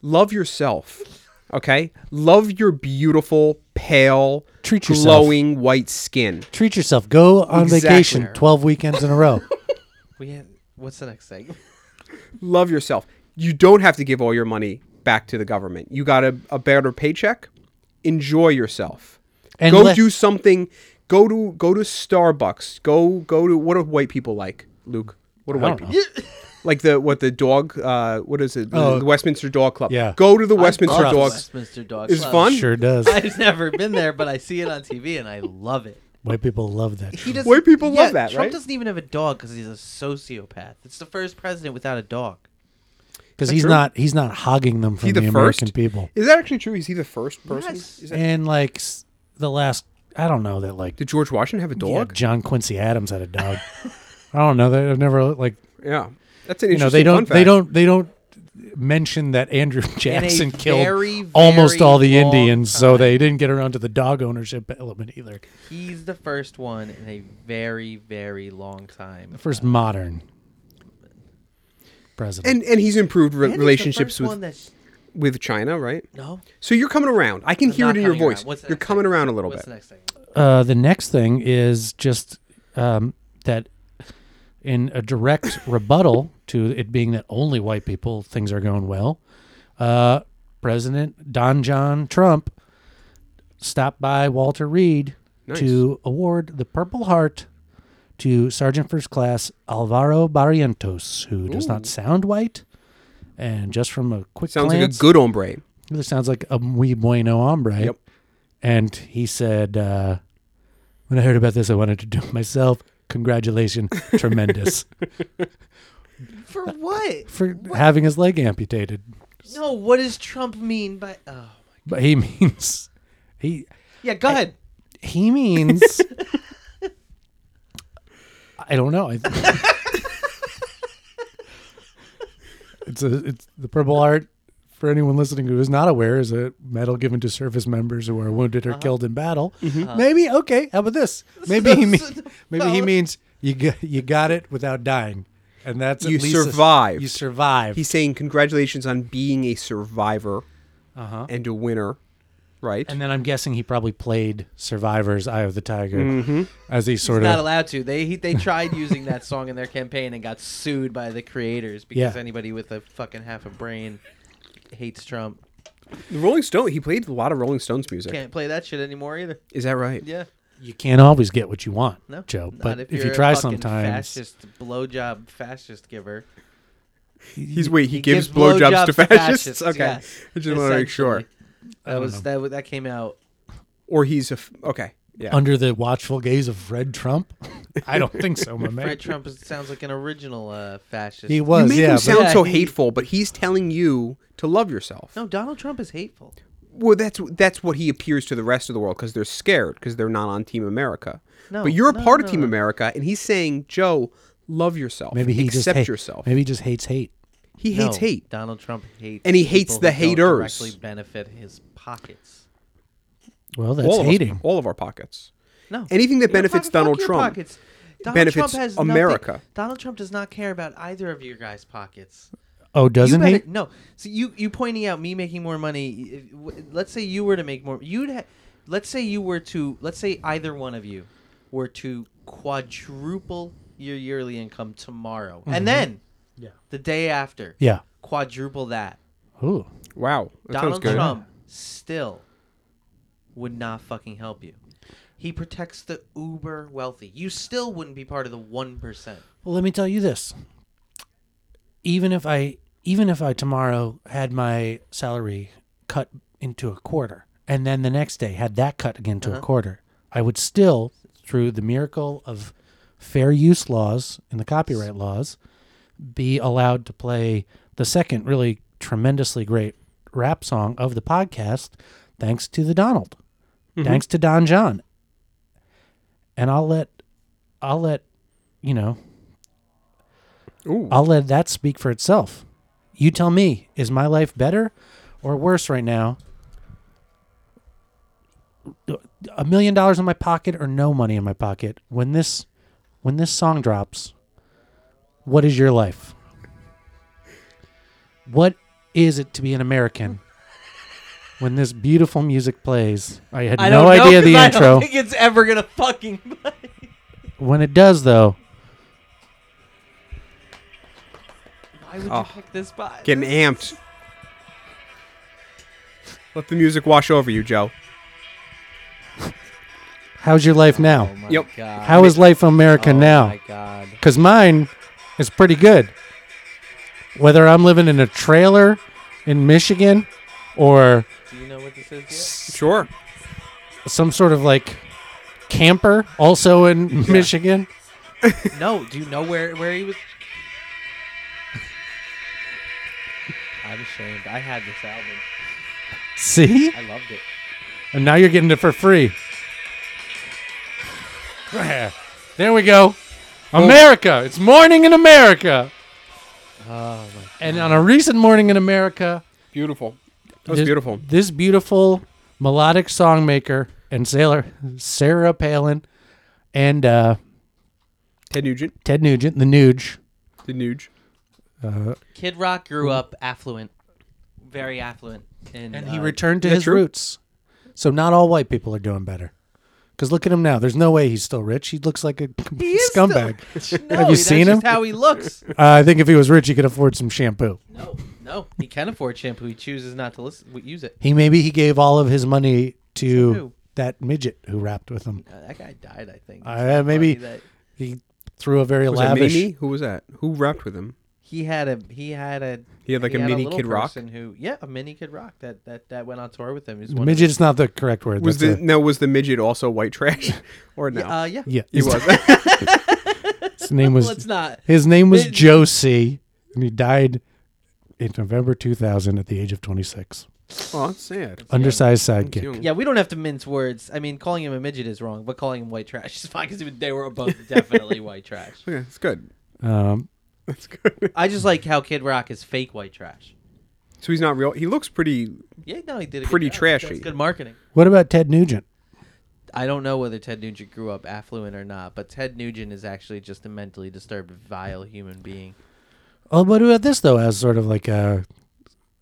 Speaker 4: love yourself." Okay? Love your beautiful, pale,
Speaker 2: Treat yourself.
Speaker 4: glowing white skin.
Speaker 2: Treat yourself. Go on
Speaker 4: Exactly.
Speaker 2: vacation 12 weekends in
Speaker 4: *laughs*
Speaker 2: a row.
Speaker 3: We had, what's the next thing?
Speaker 4: love yourself. You don't have to give all your money back to the government. You got a, a better paycheck. Enjoy yourself.
Speaker 2: And
Speaker 4: go
Speaker 2: let-
Speaker 4: do something. Go to go to Starbucks. Go go to what do white people like, Luke? What do
Speaker 2: I
Speaker 4: white
Speaker 2: don't
Speaker 4: people *laughs* like the what the dog? Uh, what is it? The,
Speaker 2: Oh.
Speaker 4: the Westminster Dog Club.
Speaker 2: Yeah.
Speaker 4: Go to the *laughs* Westminster
Speaker 2: love
Speaker 4: Dogs.
Speaker 3: Westminster Dog
Speaker 4: It's
Speaker 3: Club.
Speaker 4: fun.
Speaker 2: Sure does.
Speaker 3: I've never been there, but I see it on TV and I love it.
Speaker 2: *laughs* White people love that.
Speaker 3: He doesn't-
Speaker 4: White people love that,
Speaker 3: Trump
Speaker 4: right?
Speaker 3: doesn't even have a dog because he's a sociopath. It's the first president without a dog.
Speaker 2: Because he's
Speaker 4: true?
Speaker 2: not he's not hogging them from
Speaker 4: Is he
Speaker 2: the,
Speaker 4: the, first?
Speaker 2: American people.
Speaker 4: Is that actually true? Is he the first person?
Speaker 3: Yes.
Speaker 4: Is that,
Speaker 2: And like s- the last, I don't know that like
Speaker 4: did George Washington have a
Speaker 2: yeah,
Speaker 4: dog?
Speaker 2: John Quincy Adams had a dog. *laughs* I don't know that I've never like
Speaker 4: Yeah. That's an
Speaker 2: you know
Speaker 4: interesting
Speaker 2: they
Speaker 4: fun
Speaker 2: don't
Speaker 4: fact.
Speaker 2: they don't they don't mentioned that Andrew Jackson killed
Speaker 3: very, very
Speaker 2: almost all the
Speaker 3: long
Speaker 2: Indians, so
Speaker 3: time.
Speaker 2: they didn't get around to the dog ownership element either.
Speaker 3: He's the first one in a very, very long time.
Speaker 2: The first modern
Speaker 3: uh,
Speaker 2: president.
Speaker 4: And and he's improved re-
Speaker 3: And it's the
Speaker 4: relationships
Speaker 3: first
Speaker 4: with
Speaker 3: one that's-
Speaker 4: with China, right?
Speaker 3: no.
Speaker 4: So you're coming around. I can
Speaker 3: I'm
Speaker 4: hear
Speaker 3: not
Speaker 4: it in your
Speaker 3: coming around.
Speaker 4: voice.
Speaker 3: What's the
Speaker 4: You're
Speaker 3: next
Speaker 4: coming
Speaker 3: thing?
Speaker 4: around a little
Speaker 3: What's
Speaker 4: bit.
Speaker 3: the next thing?
Speaker 2: uh, the next thing is just um, that in
Speaker 4: *coughs*
Speaker 2: a direct rebuttal to it being that only white people things are going well, uh, President Don John Trump stopped by Walter Reed
Speaker 4: Nice.
Speaker 2: to award the Purple Heart to Sergeant First Class Alvaro Barrientos, who does not sound white. And just from a quick
Speaker 4: Sounds like
Speaker 2: glance,
Speaker 4: a good hombre.
Speaker 2: this sounds like a muy bueno hombre.
Speaker 4: Yep.
Speaker 2: And he said, uh, when I heard about this, I wanted to do it myself. Congratulations, tremendous
Speaker 3: For what?
Speaker 2: for having his leg amputated.
Speaker 3: No, what does Trump mean by. Oh.
Speaker 2: But he means he
Speaker 3: Yeah, go ahead.
Speaker 2: he means *laughs* I don't know. I- *laughs* it's a it's the purple heart. For anyone listening who is not aware, is a medal given to service members who are wounded or killed in battle. Maybe okay. How about this? Maybe he mean, maybe he means you got, you got it without dying, and that's at
Speaker 4: You
Speaker 2: least a-
Speaker 4: survived.
Speaker 2: you survived.
Speaker 4: He's saying congratulations on being a survivor
Speaker 3: Uh-huh.
Speaker 4: and a winner, right?
Speaker 2: and then I'm guessing he probably played Survivor's Eye of the Tiger
Speaker 4: Mm-hmm.
Speaker 2: as he sort
Speaker 3: Not
Speaker 2: of
Speaker 3: allowed to. They he, they tried using that song in their campaign and got sued by the creators because
Speaker 2: Yeah.
Speaker 3: anybody with a fucking half a brain hates Trump.
Speaker 4: the Rolling Stone. He played a lot of Rolling Stones music.
Speaker 3: Can't play that shit anymore either.
Speaker 4: Is that right?
Speaker 3: Yeah.
Speaker 2: you can't always get what you want,
Speaker 3: No,
Speaker 2: Joe.
Speaker 3: not
Speaker 2: But if,
Speaker 3: you're
Speaker 2: you
Speaker 3: a
Speaker 2: try
Speaker 3: fucking
Speaker 2: sometimes,
Speaker 3: fascist blowjob fascist giver.
Speaker 4: He's wait. He,
Speaker 3: He
Speaker 4: gives,
Speaker 3: gives
Speaker 4: blowjobs
Speaker 3: blowjobs
Speaker 4: to
Speaker 3: to
Speaker 4: fascists.
Speaker 3: fascists,
Speaker 4: Okay,
Speaker 3: yes,
Speaker 4: I just want to make sure.
Speaker 3: essentially. That was that wa- that came out.
Speaker 4: Or he's a f- okay. Yeah.
Speaker 2: under the watchful gaze of Fred Trump, I don't think so, my man.
Speaker 3: Fred Trump is, sounds like an original uh, fascist.
Speaker 2: He
Speaker 4: you
Speaker 2: was,
Speaker 4: make
Speaker 2: yeah.
Speaker 4: him
Speaker 2: but-
Speaker 4: sound
Speaker 3: Yeah,
Speaker 4: so
Speaker 3: he-
Speaker 4: hateful, but he's telling you to love yourself.
Speaker 3: No, Donald Trump is hateful.
Speaker 4: Well, that's that's what he appears to the rest of the world because they're scared because they're not on Team America.
Speaker 3: No,
Speaker 4: but you're a
Speaker 3: no,
Speaker 4: part of
Speaker 3: no,
Speaker 4: Team
Speaker 3: no.
Speaker 4: America, and he's saying, Joe, love yourself.
Speaker 2: maybe he just
Speaker 4: accept
Speaker 2: hate-
Speaker 4: yourself.
Speaker 2: Maybe he just hates hate.
Speaker 4: he hates
Speaker 3: No,
Speaker 4: hate.
Speaker 3: Donald Trump hates,
Speaker 4: And he hates
Speaker 3: people
Speaker 4: the
Speaker 3: who don't
Speaker 4: haters.
Speaker 3: Directly benefit his pockets.
Speaker 2: Well, that's
Speaker 4: all
Speaker 2: hating.
Speaker 4: Of us, all of our pockets.
Speaker 3: No.
Speaker 4: Anything that
Speaker 3: Your
Speaker 4: benefits
Speaker 3: pocket-
Speaker 4: Donald
Speaker 3: fuck your
Speaker 4: Trump
Speaker 3: pockets. Donald
Speaker 4: benefits
Speaker 3: Trump has
Speaker 4: America.
Speaker 3: Nothing, Donald Trump does not care about either of your guys' pockets.
Speaker 2: oh,
Speaker 3: You
Speaker 2: doesn't
Speaker 3: better-
Speaker 2: he?
Speaker 3: No. So you you pointing out me making more money. if- w- Let's say you were to make more. You'd ha- let's say you were to let's say either one of you were to quadruple your yearly income tomorrow, and then
Speaker 2: Yeah.
Speaker 3: the day after,
Speaker 2: Mm-hmm. Yeah.
Speaker 3: quadruple that.
Speaker 2: Ooh.
Speaker 4: Wow, that sounds
Speaker 3: Donald
Speaker 4: good.
Speaker 3: Trump still would not fucking help you. He protects the uber wealthy. You still wouldn't be part of the one percent.
Speaker 2: Well, let me tell you this. Even if I even if I tomorrow had my salary cut into a quarter and then the next day had that cut again to a quarter, I would still through the miracle of fair use laws and the copyright laws be allowed to play the second really tremendously great rap song of the podcast thanks to the Donald. Thanks to Don John. And I'll let I'll let you know
Speaker 4: Ooh.
Speaker 2: I'll let that speak for itself. You tell me, is my life better or worse right now? A million dollars in my pocket or no money in my pocket when this when this song drops, what is your life? What is it to be an American? When this beautiful music plays, I had no idea the
Speaker 3: I
Speaker 2: intro.
Speaker 3: don't think it's ever gonna fucking. *laughs*
Speaker 2: when it does though,
Speaker 3: Why would
Speaker 4: Oh.
Speaker 3: you pick this spot?
Speaker 4: Getting amped. Let the music wash over you, Joe.
Speaker 2: how's your life now?
Speaker 3: Oh my
Speaker 4: Yep.
Speaker 3: god.
Speaker 2: How is life in America
Speaker 3: oh
Speaker 2: now?
Speaker 3: my god.
Speaker 2: Because mine is pretty good. Whether I'm living in a trailer in Michigan or
Speaker 3: Do you know what this is?
Speaker 4: Sure.
Speaker 2: some sort of like camper also in Michigan.
Speaker 3: Yet? no. Do you know where where he was? *laughs* I'm ashamed. I had this album.
Speaker 2: See?
Speaker 3: I loved it.
Speaker 2: And now you're getting it for free. *laughs* There we go. America. It's morning in America. And on a recent morning in America,
Speaker 4: Beautiful. That was
Speaker 2: this-
Speaker 4: beautiful.
Speaker 2: This beautiful melodic songmaker and sailor Sarah Palin and uh,
Speaker 4: Ted Nugent.
Speaker 2: Ted Nugent, the Nuge,
Speaker 4: The Nuge.
Speaker 3: Kid Rock
Speaker 2: Mm.
Speaker 3: grew up affluent, very affluent, and,
Speaker 2: and he
Speaker 3: uh,
Speaker 2: returned to
Speaker 4: that
Speaker 2: his
Speaker 4: true?
Speaker 2: roots. So not all white people are doing better. Because look at him now. There's no way he's still rich. He looks like a *laughs*
Speaker 3: He is still- *laughs*
Speaker 2: scumbag.
Speaker 3: No,
Speaker 2: Have you
Speaker 3: that's
Speaker 2: seen
Speaker 3: just
Speaker 2: him?
Speaker 3: How he looks.
Speaker 2: Uh, I think if he was rich, he could afford some shampoo.
Speaker 3: *laughs* No, no, he can afford shampoo. He chooses not to listen, use it.
Speaker 2: He maybe he gave all of his money to
Speaker 3: who?
Speaker 2: that midget who rapped with him.
Speaker 3: Uh, that guy died, I think.
Speaker 2: Uh,
Speaker 3: It's not
Speaker 2: maybe-
Speaker 3: funny that
Speaker 2: He threw a very
Speaker 4: Was
Speaker 2: lavish.
Speaker 4: that Mimi? Who was that? Who rapped with him?
Speaker 3: he had a he had a
Speaker 4: He had like a mini
Speaker 3: little
Speaker 4: Kid Rock?
Speaker 3: person Who, yeah, a mini Kid Rock that that that went on tour with him. He's one of
Speaker 2: Midget is not the correct word.
Speaker 4: Was the
Speaker 2: That's a-
Speaker 4: no? Was the midget also white trash *laughs* or
Speaker 3: the-
Speaker 4: no?
Speaker 3: Uh, yeah,
Speaker 2: yeah,
Speaker 4: he
Speaker 2: his,
Speaker 4: was.
Speaker 2: *laughs* his
Speaker 3: *laughs*
Speaker 2: name was
Speaker 3: Let's not.
Speaker 2: His name was
Speaker 3: Mid-
Speaker 2: Josie, and he died in November 2000 at the age of 26.
Speaker 4: oh, that's sad.
Speaker 2: Undersized sidekick.
Speaker 4: Young.
Speaker 3: Yeah, we don't have to mince words. I mean, calling him a midget is wrong, but calling him white trash *laughs* is fine because they were both
Speaker 4: *laughs*
Speaker 3: definitely white trash.
Speaker 4: Okay, Oh, it's good.
Speaker 2: Um,
Speaker 4: That's good. *laughs*
Speaker 3: I just like how Kid Rock is fake white trash.
Speaker 4: so he's not real. He looks pretty.
Speaker 3: Yeah, no, he did a good
Speaker 4: Pretty
Speaker 3: job.
Speaker 4: trashy.
Speaker 3: That's good marketing.
Speaker 2: what about Ted Nugent?
Speaker 3: I don't know whether Ted Nugent grew up affluent or not, but Ted Nugent is actually just a mentally disturbed, vile human being.
Speaker 2: Oh, what about this though? As sort of like a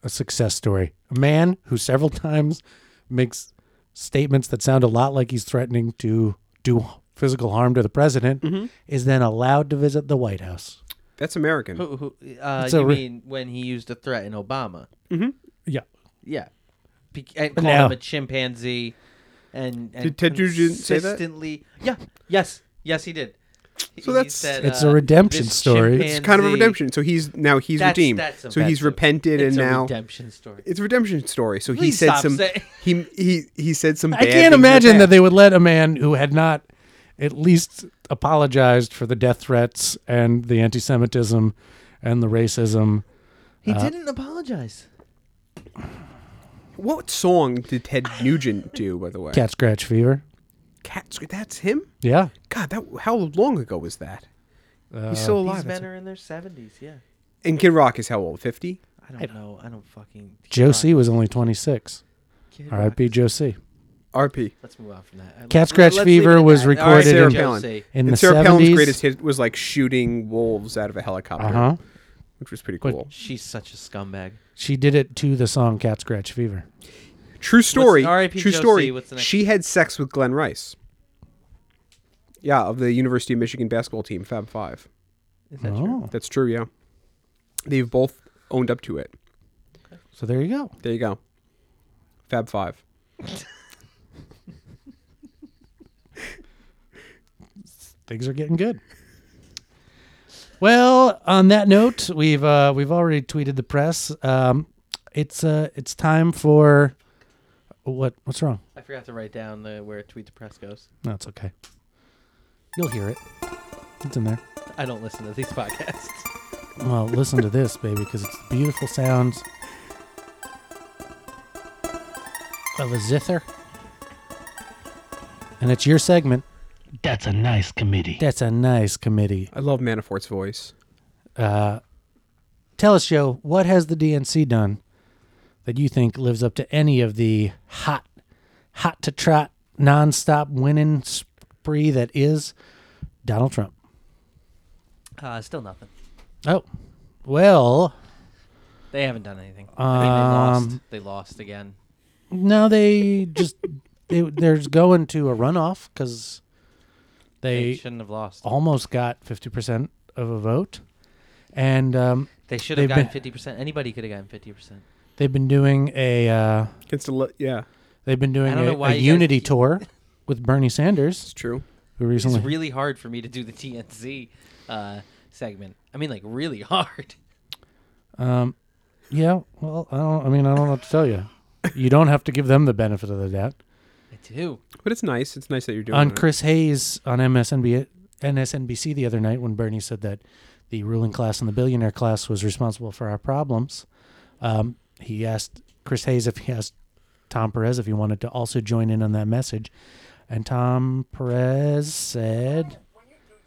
Speaker 2: a success story, a man who several *laughs* times makes statements that sound a lot like he's threatening to do physical harm to the president is then allowed to visit the White House.
Speaker 4: That's American.
Speaker 3: Who, who, uh,
Speaker 2: It's a
Speaker 3: you
Speaker 2: re-
Speaker 3: mean when he used to threaten Obama?
Speaker 2: Yeah.
Speaker 3: Yeah, Be- and call
Speaker 2: now-
Speaker 3: him a chimpanzee. And, and
Speaker 4: Did Ted Nugent say that?
Speaker 3: consistently- Yeah. Yes. Yes, he did. He-
Speaker 4: So
Speaker 3: he uh,
Speaker 4: that's-
Speaker 2: It's a redemption
Speaker 3: this
Speaker 2: story. It's
Speaker 4: It's kind of a
Speaker 3: chimpanzee-
Speaker 4: redemption. So he's now he's
Speaker 3: That's-
Speaker 4: redeemed.
Speaker 3: that's
Speaker 4: so he's
Speaker 3: offensive.
Speaker 4: repented
Speaker 3: It's
Speaker 4: and
Speaker 3: a
Speaker 4: now
Speaker 3: redemption story.
Speaker 4: it's a redemption story. So he
Speaker 3: Please
Speaker 4: said
Speaker 3: stop
Speaker 4: some.
Speaker 3: saying-
Speaker 4: *laughs* He he he said some.
Speaker 2: I
Speaker 4: bad
Speaker 2: can't
Speaker 4: things in the
Speaker 2: imagine that
Speaker 4: past.
Speaker 2: they would let a man who had not at least apologized for the death threats and the anti Semitism and the racism.
Speaker 3: He
Speaker 4: Uh-huh.
Speaker 3: didn't apologize.
Speaker 4: What song did Ted Nugent do? By the way,
Speaker 2: Cat scratch fever.
Speaker 4: Cats. That's him.
Speaker 2: Yeah.
Speaker 4: God, that how long ago was that? he's still alive.
Speaker 3: These
Speaker 4: that's-
Speaker 3: men are in their seventies. Yeah.
Speaker 4: And Kid Rock is how old? Fifty.
Speaker 3: I don't know. I don't fucking. Kid
Speaker 2: Josie
Speaker 3: Rock-
Speaker 2: was only 26.
Speaker 3: Kid Rock
Speaker 2: R.I.P.
Speaker 3: is-
Speaker 2: Josie.
Speaker 4: RP.
Speaker 3: Let's move on from that. I-
Speaker 2: Cat
Speaker 3: let's-
Speaker 2: Scratch
Speaker 3: let's
Speaker 2: Fever
Speaker 3: leave it at
Speaker 2: was
Speaker 3: that.
Speaker 2: recorded
Speaker 3: All right,
Speaker 4: Sarah
Speaker 3: Sarah
Speaker 4: Palin.
Speaker 3: Josie.
Speaker 2: In
Speaker 4: and
Speaker 2: the
Speaker 4: Sarah
Speaker 2: 70s.
Speaker 4: Palin's greatest hit was like shooting wolves out of a helicopter,
Speaker 2: Uh huh.
Speaker 4: which was pretty
Speaker 2: But-
Speaker 4: cool.
Speaker 3: She's such a scumbag.
Speaker 2: She did it to the song Cat Scratch Fever.
Speaker 4: True story.
Speaker 3: R.I.P.
Speaker 4: True
Speaker 3: Josie,
Speaker 4: story.
Speaker 3: what's the next-
Speaker 4: She had sex with Glenn Rice. Yeah, of the University of Michigan basketball team, Fab Five.
Speaker 3: Is that true?
Speaker 2: Oh.
Speaker 4: That's true. Yeah, they've both owned up to it.
Speaker 2: So there you go.
Speaker 4: There you go. Fab Five.
Speaker 2: things are getting good. Well, on that note, we've uh, we've already tweeted the press. Um, it's uh, it's time for what? What's wrong?
Speaker 3: I forgot to write down the where tweet the press goes.
Speaker 2: No, it's okay. You'll hear it. It's in there.
Speaker 3: I don't listen to these *laughs* podcasts.
Speaker 2: Well, listen to this, baby, because it's the beautiful sounds of a zither, and it's your segment.
Speaker 6: That's a nice committee.
Speaker 2: That's a nice committee.
Speaker 4: I love Manafort's voice.
Speaker 2: Uh, tell us, Joe, what has the DNC done that you think lives up to any of the hot, hot to trot, nonstop winning spree that is Donald Trump?
Speaker 3: Uh, still nothing.
Speaker 2: Oh, well,
Speaker 3: They haven't done anything. I think
Speaker 2: Um,
Speaker 3: they lost. They lost again.
Speaker 2: no, they just they, there's going to a runoff because
Speaker 3: They,
Speaker 2: they
Speaker 3: shouldn't have lost.
Speaker 2: almost got fifty percent of a vote, and um,
Speaker 3: They should
Speaker 2: they've
Speaker 3: have gotten
Speaker 2: been-
Speaker 3: fifty percent. Anybody could have gotten fifty percent.
Speaker 2: they've been doing a uh,
Speaker 4: It's a li- yeah,
Speaker 2: they've been doing
Speaker 3: I don't
Speaker 2: a,
Speaker 3: know why
Speaker 2: a
Speaker 3: you guys-
Speaker 2: unity tour with Bernie Sanders,
Speaker 4: it's true.
Speaker 2: who
Speaker 3: It's
Speaker 2: recently
Speaker 3: really hard for me to do the *laughs* TNZ uh, segment. I mean, like really *laughs* hard.
Speaker 2: Um, yeah. Well, I don't. I mean, I don't know what to tell you. You don't have to give them the benefit of the doubt.
Speaker 3: I do.
Speaker 4: But it's nice. It's nice that you're doing
Speaker 2: On
Speaker 4: it.
Speaker 2: Chris Hayes on MSNBC, NSNBC the other night, when Bernie said that the ruling class and the billionaire class was responsible for our problems, um, he asked Chris Hayes if he asked Tom Perez if he wanted to also join in on that message, and Tom Perez said,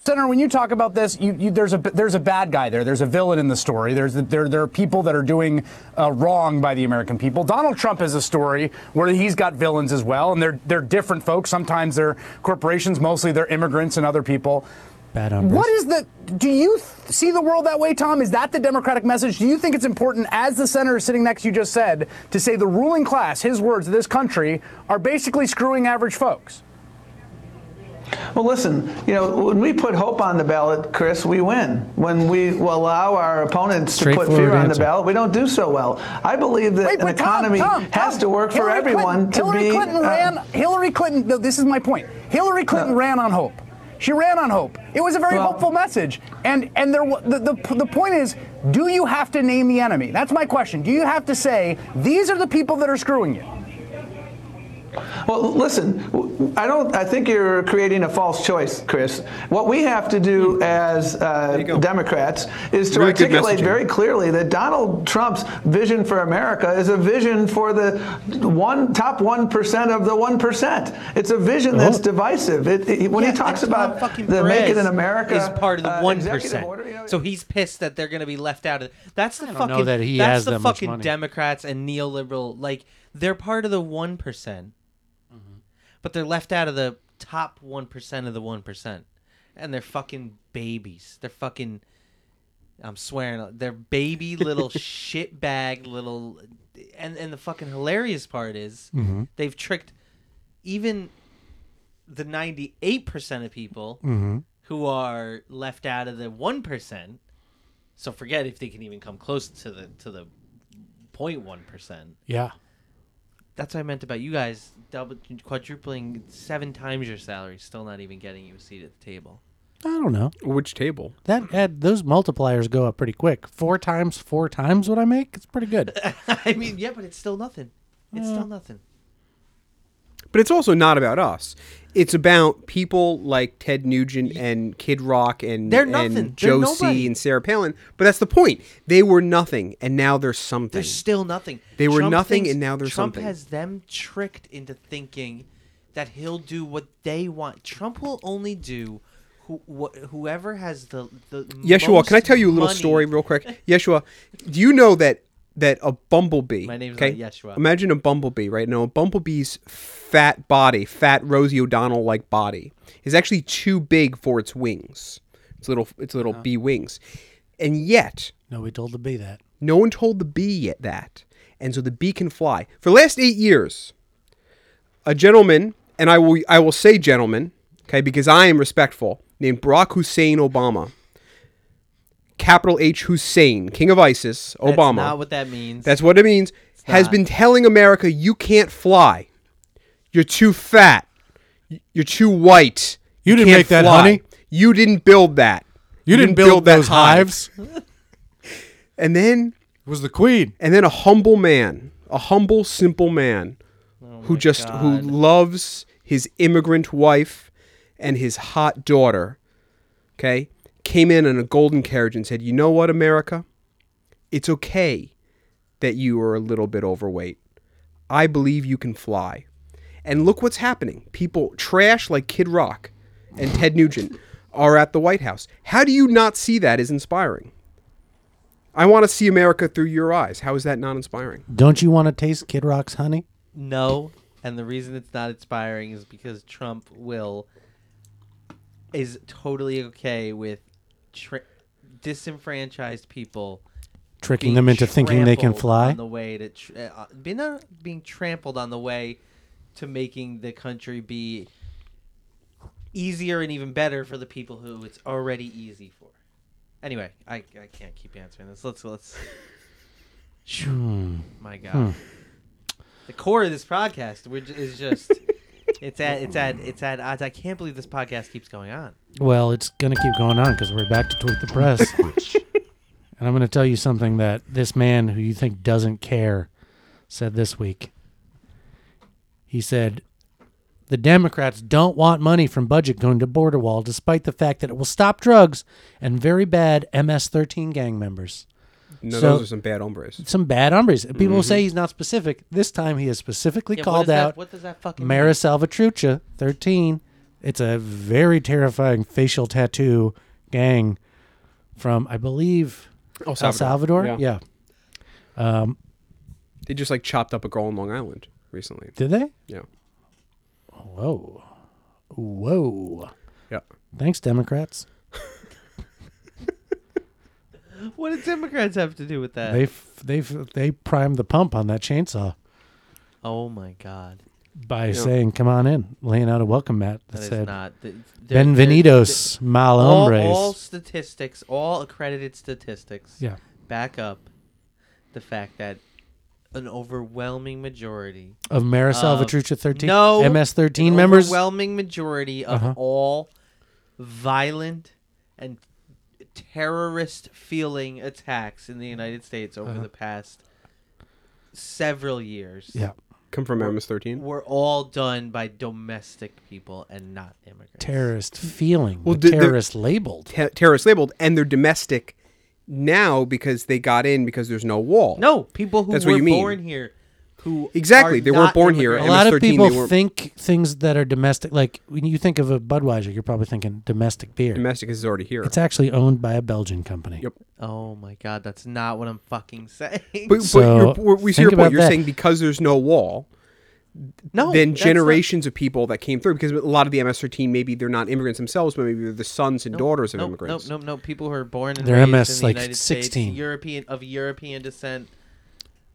Speaker 7: Senator, when you talk about this, you, you, there's a there's a bad guy there. There's a villain in the story. There's there there are people that are doing uh, wrong by the American people. Donald Trump is a story where he's got villains as well, and they're they're different folks. Sometimes they're corporations, mostly they're immigrants and other people.
Speaker 2: Bad hombres.
Speaker 7: What is the? Do you th- see the world that way, Tom? Is that the Democratic message? Do you think it's important, as the senator sitting next to you just said, to say the ruling class, his words, of this country are basically screwing average folks?
Speaker 8: Well, listen, you know, when we put hope on the ballot, Chris, we win. When we allow our opponents to put
Speaker 2: Straightforward
Speaker 8: fear on the
Speaker 2: answer.
Speaker 8: ballot, we don't do so well. I believe that
Speaker 7: Wait,
Speaker 8: an
Speaker 7: but Tom,
Speaker 8: economy
Speaker 7: Tom,
Speaker 8: has
Speaker 7: Tom,
Speaker 8: to work for
Speaker 7: Hillary Clinton,
Speaker 8: everyone
Speaker 7: Hillary
Speaker 8: to be.
Speaker 7: Clinton
Speaker 8: uh,
Speaker 7: ran. Hillary Clinton. No, this is my point. Hillary Clinton ran on hope. She ran on hope. It was a very
Speaker 8: Well-
Speaker 7: hopeful message. And and there wa- the, the the point is, do you have to name the enemy? That's my question. Do you have to say these are the people that are screwing you?
Speaker 8: Well, listen, w- I don't. I think you're creating a false choice, Chris. What we have to do as uh,
Speaker 4: go.
Speaker 8: Democrats is to
Speaker 4: Really good
Speaker 8: articulate
Speaker 4: messaging.
Speaker 8: very clearly that Donald Trump's vision for America is a vision for the one top one percent of the one percent. It's a vision that's divisive. It, it- when
Speaker 3: Uh-huh. Yeah,
Speaker 8: he talks
Speaker 3: and Tom
Speaker 8: about
Speaker 3: fucking
Speaker 8: the
Speaker 3: Perez
Speaker 8: Make It in America
Speaker 3: is part of the
Speaker 8: uh,
Speaker 3: one
Speaker 8: executive
Speaker 3: percent.
Speaker 8: order, you know,
Speaker 3: so he's pissed that they're going to be left out of. That's the
Speaker 2: don't know
Speaker 3: fucking.
Speaker 2: that he
Speaker 3: that's
Speaker 2: has
Speaker 3: the
Speaker 2: that much
Speaker 3: fucking
Speaker 2: money.
Speaker 3: Democrats and neoliberal. Like they're part of the one
Speaker 2: Mm-hmm.
Speaker 3: but they're left out of the top one percent of the one percent, and they're fucking babies. They're fucking. I'm swearing. They're baby
Speaker 2: *laughs*
Speaker 3: little shit bag little, and and the fucking hilarious part is
Speaker 2: Mm-hmm.
Speaker 3: they've tricked even the 98% of people
Speaker 2: Mm-hmm.
Speaker 3: who are left out of the 1%. So forget if they can even come close to the to the 0.1%.
Speaker 2: Yeah.
Speaker 3: That's what I meant about you guys double quadrupling seven times your salary still not even getting you a seat at the table.
Speaker 2: I don't know.
Speaker 4: Which table?
Speaker 2: That add, those multipliers go up pretty quick. Four times, four times what I make. It's pretty good.
Speaker 3: *laughs* I mean, yeah, but it's still nothing. It's still nothing.
Speaker 4: But it's also not about us. It's about people like Ted Nugent and Kid Rock and,
Speaker 3: They're
Speaker 4: and
Speaker 3: nothing. They're
Speaker 4: Josie
Speaker 3: nobody.
Speaker 4: and Sarah Palin. But that's the point. They were nothing, and now they're something.
Speaker 3: They're still nothing.
Speaker 4: They were nothing, and now they're
Speaker 3: Trump
Speaker 4: something.
Speaker 3: has them tricked into thinking that he'll do what they want. Trump will only do who, wh- whoever has the the.
Speaker 4: Yeshua,
Speaker 3: most
Speaker 4: can I tell you a little
Speaker 3: money.
Speaker 4: story real quick?
Speaker 3: *laughs*
Speaker 4: Yeshua, do you know that that a bumblebee?
Speaker 3: My name's not Yeshua.
Speaker 4: Imagine a bumblebee, right? Now, a bumblebee's fat body, fat Rosie O'Donnell like body, is actually too big for its wings. Its little, its little
Speaker 3: Uh-huh.
Speaker 4: bee wings, and yet
Speaker 2: no, we told to be that.
Speaker 4: No one told the bee yet that. And so the bee can fly. For the last eight years, a gentleman, and I will I will say gentleman, okay, because I am respectful, named Barack Hussein Obama. Capital H Hussein, King of ISIS,
Speaker 3: That's
Speaker 4: Obama.
Speaker 3: not what that means.
Speaker 4: That's what it means. Has
Speaker 3: not.
Speaker 4: been telling America you can't fly. You're too fat. You're too white.
Speaker 9: You didn't
Speaker 4: can't
Speaker 9: make that,
Speaker 4: fly.
Speaker 9: honey.
Speaker 4: You didn't build that.
Speaker 9: You, didn't, build, those hives. It
Speaker 4: *laughs* And then
Speaker 9: was the queen.
Speaker 4: and then a humble man, a humble, simple man,
Speaker 3: Oh
Speaker 4: who just who loves his immigrant wife and his hot daughter. Okay, came in in a golden carriage and said, "You know what, America? It's okay that you are a little bit overweight. I believe you can fly." And look what's happening. People trash like Kid Rock and Ted Nugent are at the White House. How do you not see that as inspiring? I want to see America through your eyes. How is that not inspiring?
Speaker 2: Don't you want to taste Kid Rock's honey?
Speaker 3: No, and the reason it's not inspiring is because Trump will is totally okay with tri- disenfranchised people
Speaker 2: Tricking
Speaker 3: being
Speaker 2: them into thinking they can
Speaker 3: trampled
Speaker 2: fly.
Speaker 3: on the way to tr- uh, being not being trampled on the way to making the country be easier and even better for the people who it's already easy for. Anyway, I, I can't keep answering this. Let's let's.
Speaker 2: Hmm.
Speaker 3: My God, the core of this podcast we're ju- is
Speaker 2: *laughs*
Speaker 3: just it's at it's at it's at odds. I can't believe this podcast keeps going on.
Speaker 2: Well, it's going to keep going on because we're back to Tweet the Press.
Speaker 4: *laughs*
Speaker 2: and I'm going to tell you something that this man who you think doesn't care said this week. He said, The Democrats don't want money from budget going to border wall, despite the fact that it will stop drugs and very bad MS 13 gang members.
Speaker 4: No,
Speaker 2: So-
Speaker 4: those are Mm-hmm. some bad hombres.
Speaker 2: Some bad hombres. People say he's not specific. This time he has specifically
Speaker 3: Yeah, what
Speaker 2: called
Speaker 3: does that-
Speaker 2: out
Speaker 3: what does that fucking mean?
Speaker 2: Mara Salvatrucha, 13, It's a very terrifying facial tattoo gang from, I believe,
Speaker 4: El
Speaker 2: El Salvador.
Speaker 4: yeah.
Speaker 2: Yeah.
Speaker 4: They just like chopped up a girl in Long Island recently.
Speaker 2: Did they?
Speaker 4: Yeah.
Speaker 2: Whoa. Whoa.
Speaker 4: Yeah.
Speaker 2: Thanks, Democrats.
Speaker 3: What do Democrats have to do with that?
Speaker 2: They f- they f- they primed the pump on that chainsaw
Speaker 3: oh my god,
Speaker 2: by saying, "Come on in," laying out a welcome mat that,
Speaker 3: that is
Speaker 2: said,
Speaker 3: not. th- they're- they're-
Speaker 2: "Benvenidos, mal
Speaker 3: they're- all,
Speaker 2: hombres."
Speaker 3: all statistics, all accredited statistics,
Speaker 2: yeah.
Speaker 3: back up the fact that an overwhelming majority,
Speaker 2: Of Mara Salvatrucha 13,
Speaker 3: Um, no
Speaker 2: MS-13
Speaker 3: an
Speaker 2: members.
Speaker 3: overwhelming majority of
Speaker 2: Uh-huh.
Speaker 3: all violent and terrorist feeling attacks in the United States over
Speaker 2: Uh-huh.
Speaker 3: the past several years.
Speaker 2: yeah.
Speaker 4: Come from MS-13.
Speaker 3: were all done by domestic people and not immigrants.
Speaker 2: Terrorist feeling. Well,
Speaker 4: did- they're-
Speaker 2: terrorist labeled.
Speaker 4: Te- terrorist labeled, and they're domestic now because they got in because there's no wall.
Speaker 3: No, people who
Speaker 4: That's what
Speaker 3: were
Speaker 4: you mean.
Speaker 3: born here who
Speaker 4: Exactly,
Speaker 3: are
Speaker 4: they weren't
Speaker 3: not
Speaker 4: born here.
Speaker 2: A
Speaker 3: immigrants.
Speaker 2: lot of
Speaker 4: MS-13, they
Speaker 2: people
Speaker 4: were-
Speaker 2: think things that are domestic. Like when you think of a Budweiser, you're probably thinking domestic beer.
Speaker 4: Domestic is already here.
Speaker 2: It's actually owned by a Belgian company.
Speaker 4: Yep.
Speaker 3: Oh my god, that's not what I'm fucking saying.
Speaker 4: But,
Speaker 2: So,
Speaker 4: but you're, we see
Speaker 2: think
Speaker 4: your point.
Speaker 2: about
Speaker 4: You're
Speaker 2: that.
Speaker 4: saying because there's no wall,
Speaker 3: *laughs* no,
Speaker 4: then
Speaker 3: Oh, that's
Speaker 4: generations of people that came through, because a lot of the MS-13, maybe they're not immigrants themselves, but maybe they're the sons and
Speaker 3: not-
Speaker 4: daughters of
Speaker 3: nope,
Speaker 4: immigrants.
Speaker 3: Nope, nope, nope. People who are born and
Speaker 2: They're
Speaker 3: raised
Speaker 2: MS,
Speaker 3: in the
Speaker 2: like,
Speaker 3: United States,
Speaker 2: 16.
Speaker 3: European of European descent,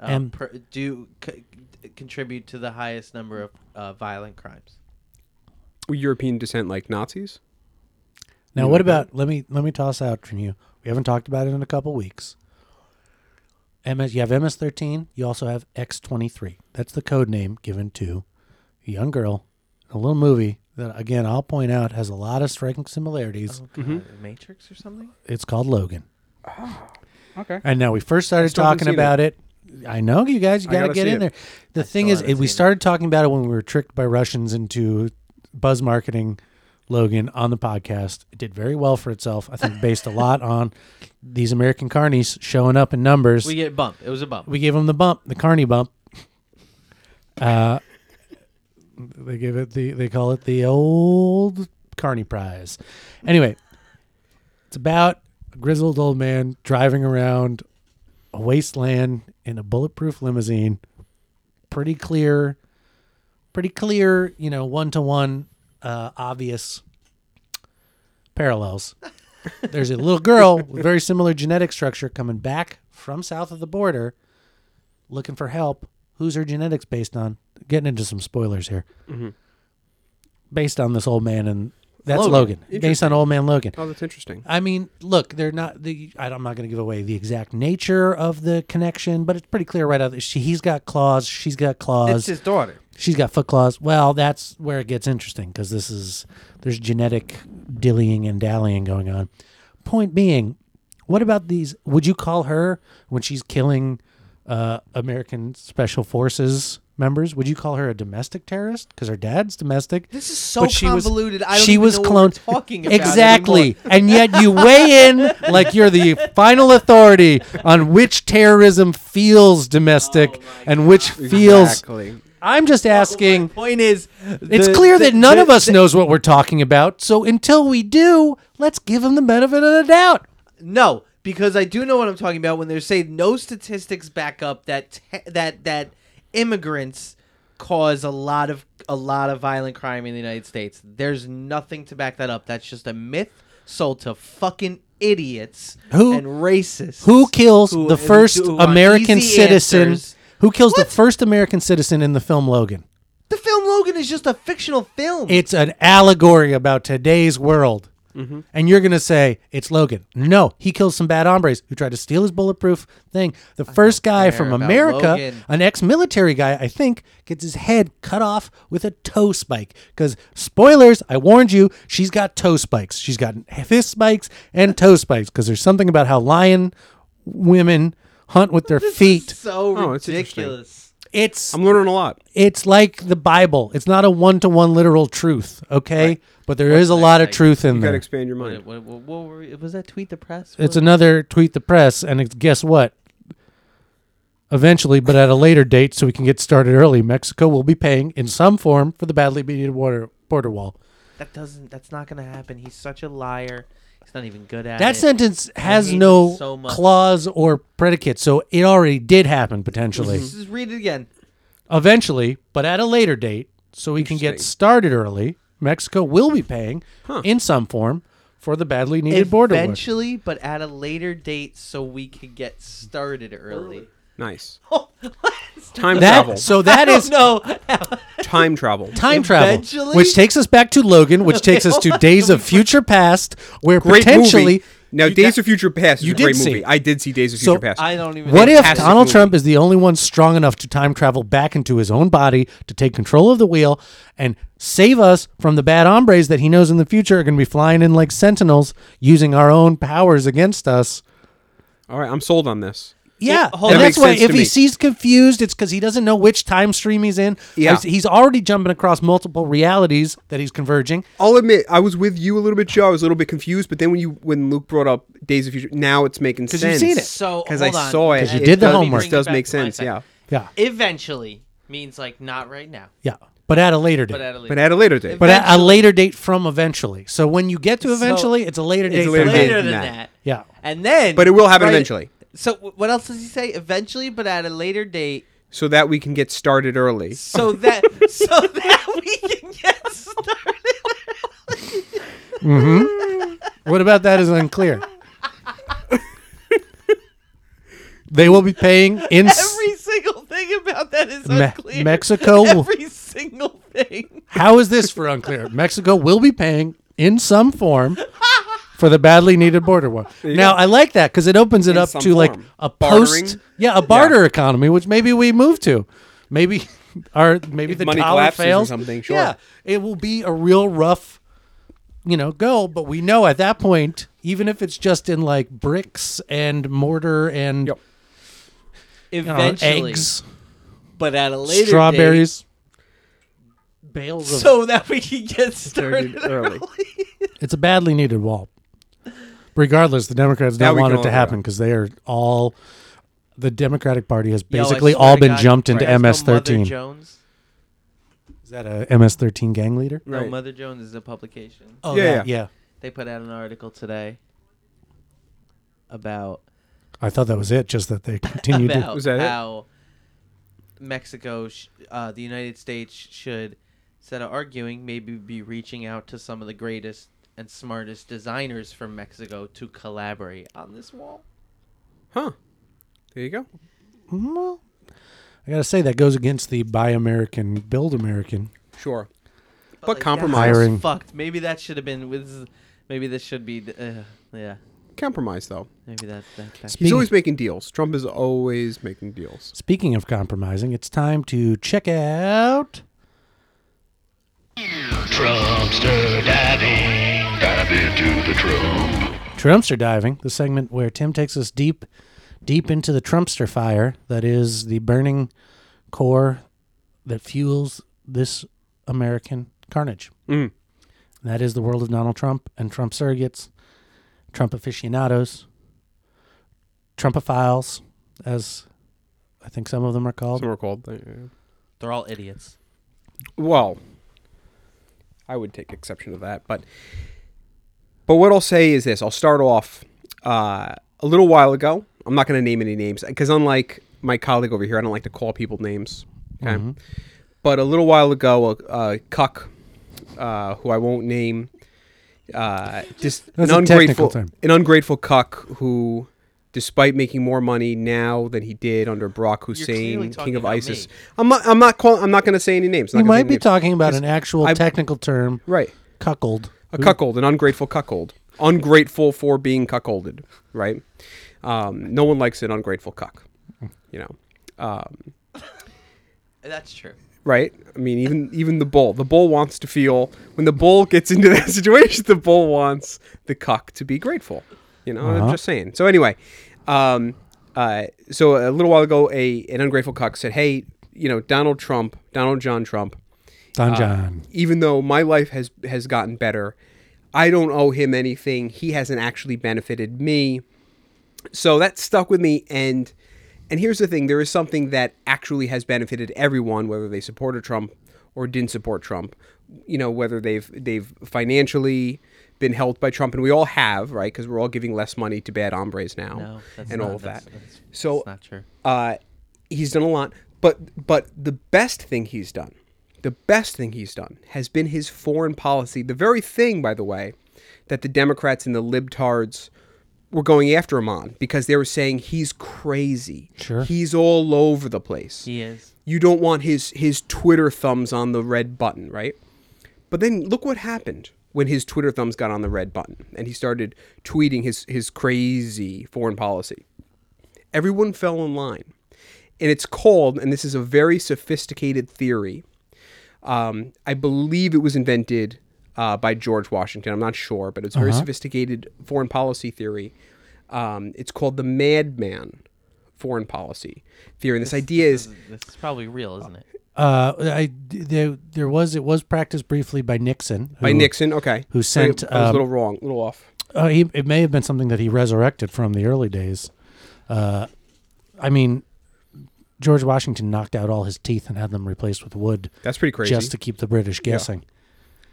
Speaker 3: uh,
Speaker 2: Um,
Speaker 3: per, do c- contribute to the highest number of uh, violent crimes.
Speaker 4: Were European descent like Nazis?
Speaker 2: Now, what about let me let me toss out from you? We haven't talked about it in a couple weeks. MS, you have MS13. You also have X23. That's the code name given to a young girl in a little movie that, again, I'll point out has a lot of striking similarities.
Speaker 4: Mm-hmm.
Speaker 3: God, Uh, Matrix or something?
Speaker 2: It's called Logan. okay. And now we first started
Speaker 4: Ah, still haven't
Speaker 2: talking
Speaker 4: seen
Speaker 2: about it. I know you guys. You got to
Speaker 4: gotta
Speaker 2: get
Speaker 4: see
Speaker 2: in
Speaker 4: it.
Speaker 2: there. The thing is, it, we started talking about it when we were tricked by Russians into buzz marketing Logan on the podcast. It did very well for itself. I think based a lot on these American carnies showing up in numbers.
Speaker 3: We
Speaker 2: We,
Speaker 3: get bumped. It was a bump.
Speaker 2: gave them the bump, the carny bump. Uh, they give it the they call it the old carney prize. Anyway, it's about a grizzled old man driving around a wasteland in a bulletproof limousine. Pretty clear, pretty clear, you know, one to one, obvious parallels. There's a little girl with very similar genetic structure coming back from south of the border looking for help. Who's her genetics based on? Getting into some spoilers here. Based on this old man, and that's Logan. Based on old man Logan.
Speaker 4: Oh, that's interesting.
Speaker 2: I mean, look, they're not the. I don't- I'm not going to give away the exact nature of the connection, but it's pretty clear right out. That she, he's got claws. She's got claws.
Speaker 3: It's his daughter.
Speaker 2: she's got foot claws. Well, that's where it gets interesting because this is there's genetic dillying and dallying going on. Point being, what about these? Would you call her when she's killing uh, American Special Forces? Members, would you call her a domestic terrorist? Because her dad's domestic.
Speaker 3: This is so
Speaker 2: But she was-
Speaker 3: convoluted. I don't
Speaker 2: she
Speaker 3: even
Speaker 2: was
Speaker 3: know
Speaker 2: cloned.
Speaker 3: what we're talking about
Speaker 2: exactly, *laughs* and yet you weigh in like you're the final authority on which terrorism feels domestic and which feels.
Speaker 4: Exactly.
Speaker 2: I'm just asking.
Speaker 3: Point is,
Speaker 2: It's clear that none of us knows what we're talking about. So until we do, let's give them the benefit of the doubt.
Speaker 3: No, because I do know what I'm talking about when they say no statistics back up that te- that that immigrants cause a lot of a lot of violent crime in the United States. There's nothing to back that up. That's just a myth sold to fucking idiots
Speaker 2: Who-
Speaker 3: and racists.
Speaker 2: Who kills
Speaker 3: who-
Speaker 2: the first
Speaker 3: who want
Speaker 2: American
Speaker 3: easy
Speaker 2: citizen?
Speaker 3: answers.
Speaker 2: Who kills
Speaker 3: What?
Speaker 2: the first American citizen in the film Logan?
Speaker 3: The film Logan is just a fictional film.
Speaker 2: It's an allegory about today's world.
Speaker 3: Mm-hmm.
Speaker 2: And you're going to say, it's Logan. No, he killed some bad hombres who tried to steal his bulletproof thing. The first guy
Speaker 3: care
Speaker 2: from
Speaker 3: about
Speaker 2: America,
Speaker 3: Logan.
Speaker 2: an ex military guy, I think, gets his head cut off with a toe spike. Because, spoilers, I warned you, she's got toe spikes. She's got fist spikes and toe spikes. Because there's something about how lion women hunt with their feet.
Speaker 3: so
Speaker 4: Oh, it's interesting.
Speaker 3: ridiculous.
Speaker 2: It's
Speaker 4: I'm learning a lot.
Speaker 2: it's like the Bible. It's not a one to one literal truth, okay? But there is a lot of truth in
Speaker 4: You got to
Speaker 2: there.
Speaker 4: expand your mind.
Speaker 3: What, what, what, what were, we- was that tweet the press?
Speaker 2: it's another tweet the press, and it's, guess what? Eventually, but at a later date, so we can get started early, Mexico will be paying in some form for the badly needed water border wall.
Speaker 3: That doesn't. That's not gonna happen. He's such a liar. He's not even good at
Speaker 2: That
Speaker 3: it.
Speaker 2: sentence has
Speaker 3: hate
Speaker 2: no
Speaker 3: it so much.
Speaker 2: clause or predicate, so it already did happen potentially.
Speaker 3: Let's Just read it again.
Speaker 2: Eventually, but at a later date, so we can get started early. Mexico will be paying in some form for the badly needed border wall.
Speaker 3: Eventually, but at a later date, so we could get started early. *laughs*
Speaker 4: Nice.
Speaker 3: Oh,
Speaker 4: time travel.
Speaker 2: That so
Speaker 4: *laughs*
Speaker 2: that is
Speaker 3: No,
Speaker 4: time travel.
Speaker 2: time travel,
Speaker 3: Eventually?
Speaker 2: which takes us back to Logan, which takes
Speaker 4: *laughs*
Speaker 2: us to Days of Future Past, where
Speaker 4: Great
Speaker 2: potentially
Speaker 4: movie. Now,
Speaker 2: you
Speaker 4: Days
Speaker 2: got-
Speaker 4: of Future Past is
Speaker 2: you
Speaker 4: a great
Speaker 2: did see
Speaker 4: movie.
Speaker 2: it.
Speaker 4: I did see Days of
Speaker 2: So,
Speaker 4: Future Past.
Speaker 3: I don't even.
Speaker 2: What if
Speaker 4: Fantastic
Speaker 2: Donald
Speaker 4: movie.
Speaker 2: Trump is the only one strong enough to time travel back into his own body to take control of the wheel and save us from the bad hombres that he knows in the future are going to be flying in like sentinels using our own powers against us?
Speaker 4: All right, I'm sold on this.
Speaker 2: Yeah,
Speaker 3: hold
Speaker 2: and
Speaker 4: on.
Speaker 2: that's
Speaker 4: That
Speaker 2: why
Speaker 4: makes sense
Speaker 2: if
Speaker 4: to
Speaker 2: he
Speaker 4: me.
Speaker 2: sees confused, it's because he doesn't know which time stream he's in.
Speaker 4: Yeah.
Speaker 2: he's already jumping across multiple realities that he's converging.
Speaker 4: I'll admit I was with you a little bit, Joe. I was a little bit confused, but then when you when Luke brought up Days of Future, now it's making sense.
Speaker 2: you've seen it.
Speaker 3: So
Speaker 4: because I
Speaker 3: hold on.
Speaker 4: saw it.
Speaker 2: 'Cause you
Speaker 4: It
Speaker 2: did the
Speaker 4: does-
Speaker 2: homework.
Speaker 4: This does
Speaker 3: Bring it
Speaker 4: make
Speaker 3: back to my
Speaker 4: sense.
Speaker 3: side.
Speaker 4: Yeah,
Speaker 2: Yeah,
Speaker 3: Eventually means like not right now,
Speaker 2: yeah, but at a later date.
Speaker 3: but at a later.
Speaker 4: but at a later date.
Speaker 2: But at a
Speaker 3: Eventually.
Speaker 2: later date from eventually. So when you get to eventually, it's a later date.
Speaker 4: a
Speaker 2: from
Speaker 4: later date.
Speaker 2: that.
Speaker 3: later than
Speaker 4: than
Speaker 3: that.
Speaker 2: Yeah.
Speaker 3: And then,
Speaker 4: But it will happen eventually.
Speaker 3: So wh- what else does he say? Eventually, but at a later date,
Speaker 4: so that we can get started early.
Speaker 3: so that *laughs* so that we can get
Speaker 2: *laughs*
Speaker 3: started.
Speaker 2: What about that
Speaker 3: *laughs*
Speaker 2: is unclear. they will be paying in s-
Speaker 3: Every single thing about that is
Speaker 2: Me-
Speaker 3: unclear.
Speaker 2: Mexico will-
Speaker 3: *laughs* Every single thing.
Speaker 2: How is this for unclear? Mexico will be paying in some form for the badly needed border wall. Now I like that because it opens it up
Speaker 4: some
Speaker 2: to like
Speaker 4: form.
Speaker 2: a
Speaker 4: Bartering?
Speaker 2: post, yeah, a barter economy, which maybe we move to. Maybe *laughs* our maybe the
Speaker 4: money
Speaker 2: dollar
Speaker 4: collapses or
Speaker 2: fails.
Speaker 4: something, sure.
Speaker 2: Yeah, it will be a real rough, you know, go. But we know at that point, even if it's just in like bricks and mortar and
Speaker 4: Yep.
Speaker 2: you know,
Speaker 3: Eventually,
Speaker 2: eggs,
Speaker 3: but at a later date,
Speaker 2: strawberries, bales of
Speaker 3: so that we can get started
Speaker 4: early.
Speaker 3: early.
Speaker 2: It's a badly needed wall. Regardless, the Democrats
Speaker 4: Now
Speaker 2: don't
Speaker 4: we
Speaker 2: want
Speaker 4: can
Speaker 2: it
Speaker 4: all
Speaker 2: to
Speaker 4: agree
Speaker 2: happen
Speaker 4: on.
Speaker 2: because they are all. The Democratic Party has
Speaker 3: Yo, I
Speaker 2: basically
Speaker 3: swear
Speaker 2: all
Speaker 3: to
Speaker 2: been
Speaker 3: God,
Speaker 2: jumped into
Speaker 3: Christ, no Mother
Speaker 2: MS-13.
Speaker 3: Jones.
Speaker 2: Is that a MS-13 gang leader?
Speaker 3: No,
Speaker 4: Right.
Speaker 3: Mother Jones is a publication.
Speaker 2: Oh
Speaker 4: Yeah,
Speaker 2: that-
Speaker 4: yeah.
Speaker 3: They put out an article today about
Speaker 2: I thought that was it. Just that they *laughs* continued
Speaker 3: about
Speaker 2: to.
Speaker 4: Was that it?
Speaker 3: how Mexico, sh- uh, the United States should, instead of arguing, maybe be reaching out to some of the greatest and smartest designers from Mexico to collaborate on this wall.
Speaker 4: Huh? There you go.
Speaker 2: Well, I gotta say that goes against the "Buy American, Build American."
Speaker 4: Sure. But,
Speaker 3: Like, that
Speaker 4: compromise.
Speaker 3: sounds
Speaker 2: Hiring.
Speaker 3: Fucked. Maybe that should have been with. Maybe this should be. Uh, yeah.
Speaker 4: Compromise though.
Speaker 3: Maybe that. that, that
Speaker 4: He's
Speaker 2: Being-
Speaker 4: always making deals. Trump is always making deals.
Speaker 2: Speaking of compromising, it's time to check out.
Speaker 6: Trumpster diving. Dive into the Trump.
Speaker 2: Trumpster diving, the segment where Tim takes us deep, deep into the Trumpster fire that is the burning core that fuels this American carnage.
Speaker 4: Mm.
Speaker 2: And that is the world of Donald Trump and Trump surrogates, Trump aficionados, Trumpophiles, as I think some of them are called.
Speaker 4: Some are called. uh,
Speaker 3: They're all idiots.
Speaker 4: Well, I would take exception to that, but but what I'll say is this: I'll start off uh, a little while ago. I'm not going to name any names because, unlike my colleague over here, I don't like to call people names. Okay,
Speaker 2: Mm-hmm.
Speaker 4: but a little while ago, a, a cuck uh, who I won't name, uh, just an
Speaker 2: That's a technical
Speaker 4: ungrateful,
Speaker 2: term.
Speaker 4: an ungrateful cuck who. Despite making more money now than he did under Barack
Speaker 3: clearly
Speaker 4: Hussein,
Speaker 3: talking
Speaker 4: king of
Speaker 3: about
Speaker 4: ISIS,
Speaker 3: me.
Speaker 4: I'm not. I'm not calling. I'm not going to say any names. I'm
Speaker 2: You
Speaker 4: not gonna say
Speaker 2: might
Speaker 4: any
Speaker 2: be
Speaker 4: names.
Speaker 2: talking about an actual
Speaker 4: I-
Speaker 2: technical term,
Speaker 4: Right.
Speaker 2: cuckold.
Speaker 4: A cuckold, an ungrateful cuckold. Ungrateful for being cuckolded, right? Um, no one likes an ungrateful cuck, you know. Um,
Speaker 3: That's true.
Speaker 4: right? I mean, even even the bull. The bull wants to feel when the bull gets into that *laughs* situation. The bull wants the cuck to be grateful. You know,
Speaker 2: Uh-huh.
Speaker 4: I'm just saying. So anyway, um, uh, so a little while ago, a an ungrateful cuck said, "Hey, you know, Donald Trump, Donald John Trump, Uh,
Speaker 2: Don John.
Speaker 4: even though my life has has gotten better i don't owe him anything he hasn't actually benefited me so that stuck with me and and here's the thing there is something that actually has benefited everyone whether they supported trump or didn't support Trump. You know whether they've they've financially been helped by Trump, and we all have, right? Because we're all giving less money to bad hombres now,
Speaker 3: No, that's
Speaker 4: and
Speaker 3: not-
Speaker 4: all of
Speaker 3: that's-
Speaker 4: that.
Speaker 3: that's-
Speaker 4: so
Speaker 3: that's not true.
Speaker 4: uh, he's done a lot, but but the best thing he's done, the best thing he's done has been his foreign policy. The very thing, by the way, that the Democrats and the libtards were going after him on because they were saying he's crazy.
Speaker 2: Sure.
Speaker 4: He's all over the place.
Speaker 3: He is.
Speaker 4: You don't want his his Twitter thumbs on the red button, right? But then look what happened when his Twitter thumbs got on the red button and he started tweeting his his crazy foreign policy. Everyone fell in line. And it's called, and this is a very sophisticated theory. Um, I believe it was invented uh, by George Washington. I'm not sure, but it's a very
Speaker 2: Uh-huh.
Speaker 4: sophisticated foreign policy theory. Um, it's called the madman foreign policy theory. And this idea is
Speaker 3: This is probably real, isn't it?
Speaker 2: Uh, I there there was it was practiced briefly by Nixon.
Speaker 4: by
Speaker 2: who-
Speaker 4: Nixon. Okay,
Speaker 2: who sent,
Speaker 4: I, I was a
Speaker 2: um,
Speaker 4: little wrong, a little off.
Speaker 2: Uh, he, it may have been something that he resurrected from the early days. Uh, I mean, George Washington knocked out all his teeth and had them replaced with wood
Speaker 4: That's pretty crazy.
Speaker 2: just to keep the British guessing.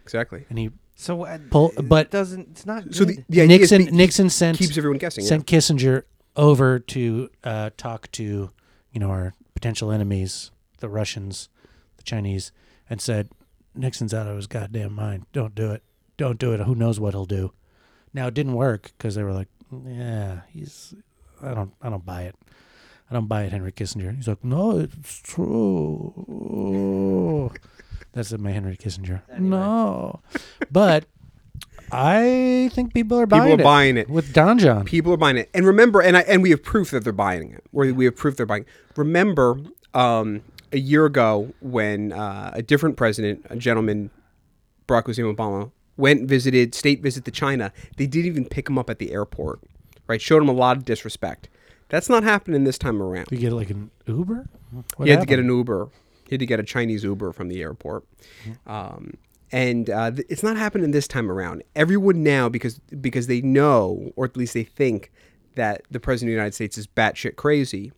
Speaker 4: exactly.
Speaker 2: And he
Speaker 3: So uh,
Speaker 2: Pull- but-
Speaker 3: it doesn't it's not
Speaker 4: So
Speaker 3: good.
Speaker 4: the, the idea is
Speaker 2: Nixon
Speaker 4: be-
Speaker 2: Nixon sent
Speaker 4: keeps everyone guessing. yeah.
Speaker 2: sent Kissinger over to uh, talk to you know our potential enemies, the Russians, the Chinese, and said Nixon's out of his goddamn mind. Don't do it. Don't do it. Who knows what he'll do? Now it didn't work because they were like, yeah, he's. I don't. I don't buy it. I don't buy it, Henry Kissinger. He's like, no, it's true. That's my Henry Kissinger. No, but I think people are buying
Speaker 4: People are
Speaker 2: it
Speaker 4: buying it.
Speaker 2: with Don John.
Speaker 4: People are buying it, and remember, and I, and we have proof that they're buying it, or we have proof they're buying. It. Remember, um, a year ago when uh, a different president, a gentleman, Barack Hussein Obama, went and visited state visit to China. They didn't even pick him up at the airport, right? Showed him a lot of disrespect. That's not happening this time around.
Speaker 2: You get like an Uber. What
Speaker 4: he had to get
Speaker 2: happened?
Speaker 4: an Uber. He had to get a Chinese Uber from the airport.
Speaker 2: Mm-hmm.
Speaker 4: Um, and uh, th- it's not happening this time around. Everyone now, because because they know, or at least they think, that the president of the United States is batshit crazy,